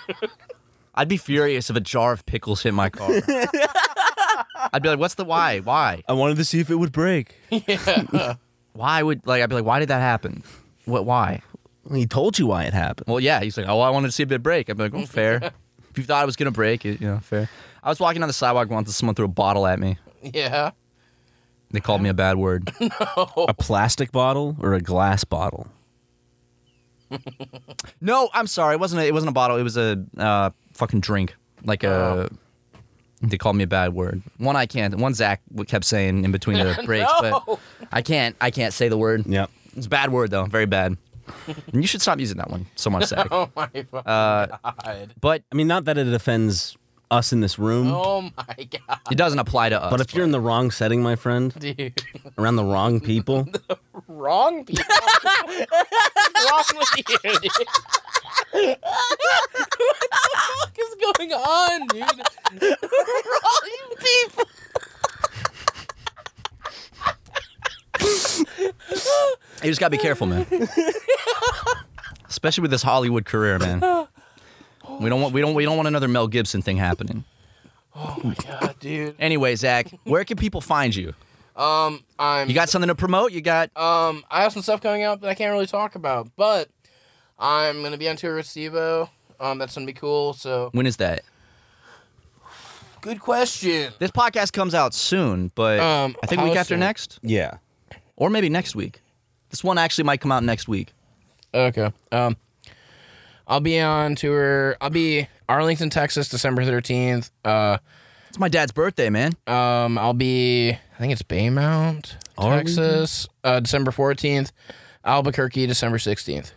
I'd be furious if a jar of pickles hit my car. I'd be like, "What's the why? Why? I wanted to see if it would break. Why would like?" I'd be like, "Why did that happen? What? Why?" He told you why it happened. Well, yeah. He's like, "Oh, I wanted to see a bit break." I'd be like, "Oh, fair." if you thought it was gonna break, it, you know, fair. I was walking on the sidewalk once, and someone threw a bottle at me. Yeah. They called me a bad word. Oh. A plastic bottle or a glass bottle? No, I'm sorry. It wasn't. A, it wasn't a bottle. It was a uh, fucking drink. Like a. They called me a bad word. One I can't. One Zach w- kept saying in between the breaks, but I can't. I can't say the word. Yep. It's a bad word though. Very bad. and you should stop using that one so much, Zach. Oh my fucking Uh, god. But I mean, not that it offends us in this room, Oh my god, it doesn't apply to us. but if you're in the wrong setting, my friend, dude. around the wrong people, Wrong people. What's wrong with you? Dude? what the fuck is going on, dude? Wrong people. you just gotta be careful, man. Especially with this Hollywood career, man. We don't want. We don't. We don't want another Mel Gibson thing happening. Oh God, dude. Anyway, Zach, where can people find you? Um, I'm. You got something to promote? You got Um, I have some stuff coming up that I can't really talk about, but I'm gonna be on tour with Stevo. Um, that's gonna be cool. So, when is that? good question. This podcast comes out soon, but Um, I think week how after soon? next, yeah. or maybe next week. This one actually might come out next week. Okay. Um, I'll be on tour. I'll be Arlington, Texas, December thirteenth. Uh, It's my dad's birthday, man. um, I'll be. I think it's Baymount, Arlington? Texas, uh, December fourteenth. Albuquerque, December sixteenth.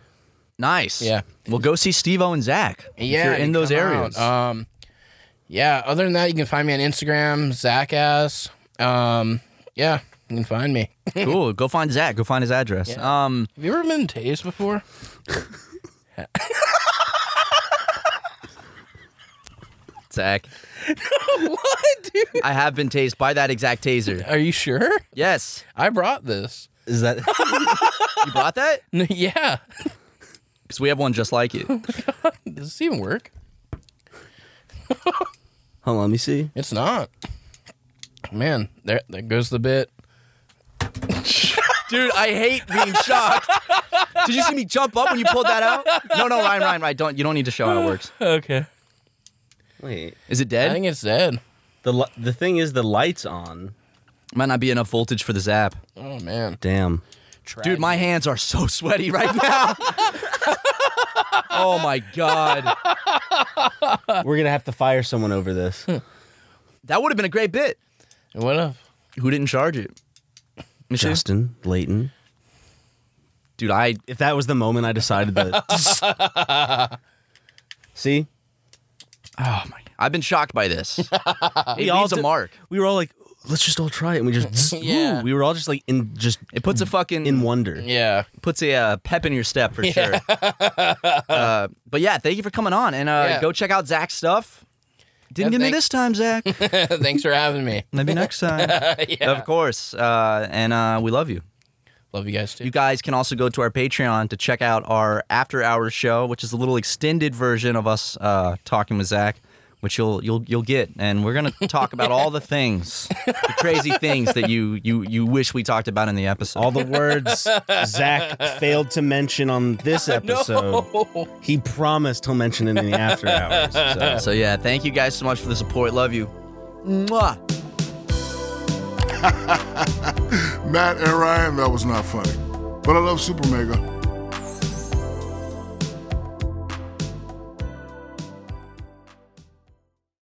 Nice. Yeah. Well, go see Steve O and Zach. Yeah, If you're in you those come out. areas. Um, yeah. Other than that, you can find me on Instagram, Zackass. Um, yeah, you can find me. cool. Go find Zach. Go find his address. Um, Have you ever been tased before? Zach, what, dude? I have been tased by that exact taser. Are you sure? Yes. I brought this. Is that You bought that? N- yeah. Because we have one just like it. Does this even work? Hold on, let me see. It's not. Man, there there goes the bit. Dude, I hate being shocked. Did you see me jump up when you pulled that out? No, no, Ryan, Ryan, Ryan. Don't you don't need to show how it works. Okay. Wait. Is it I dead? think it's dead. The li- the thing is the lights on. Might not be enough voltage for the zap. Oh man. Damn. Dude, my hands are so sweaty right now. oh my god. We're going to have to fire someone over this. That would have been a great bit. What up? Who didn't charge it? Michelle? Justin, Layton. Dude, I If that was the moment I decided that See? oh my I've been shocked by this. it leaves all a did- mark. We were all like, let's just all try it. And we just Yeah. Ooh, we were all just like in just It puts a fucking in wonder. Yeah. puts a uh, pep in your step for sure. uh, but yeah, thank you for coming on and uh, Yeah. go check out Zach's stuff. Didn't Yeah, get me thank- this time, Zach. Thanks for having me. Maybe next time. Yeah. Of course. Uh, and uh, we love you. Love you guys too. You guys can also go to our Patreon to check out our after hours show, which is a little extended version of us uh, talking with Zach, which you'll you'll you'll get. And we're gonna talk about all the things, the crazy things that you you you wish we talked about in the episode. All the words Zach failed to mention on this episode, he promised he'll mention it in the after hours. So. so yeah, thank you guys so much for the support. Love you. Mwah. Matt and Ryan, that was not funny. But I love Super Mega.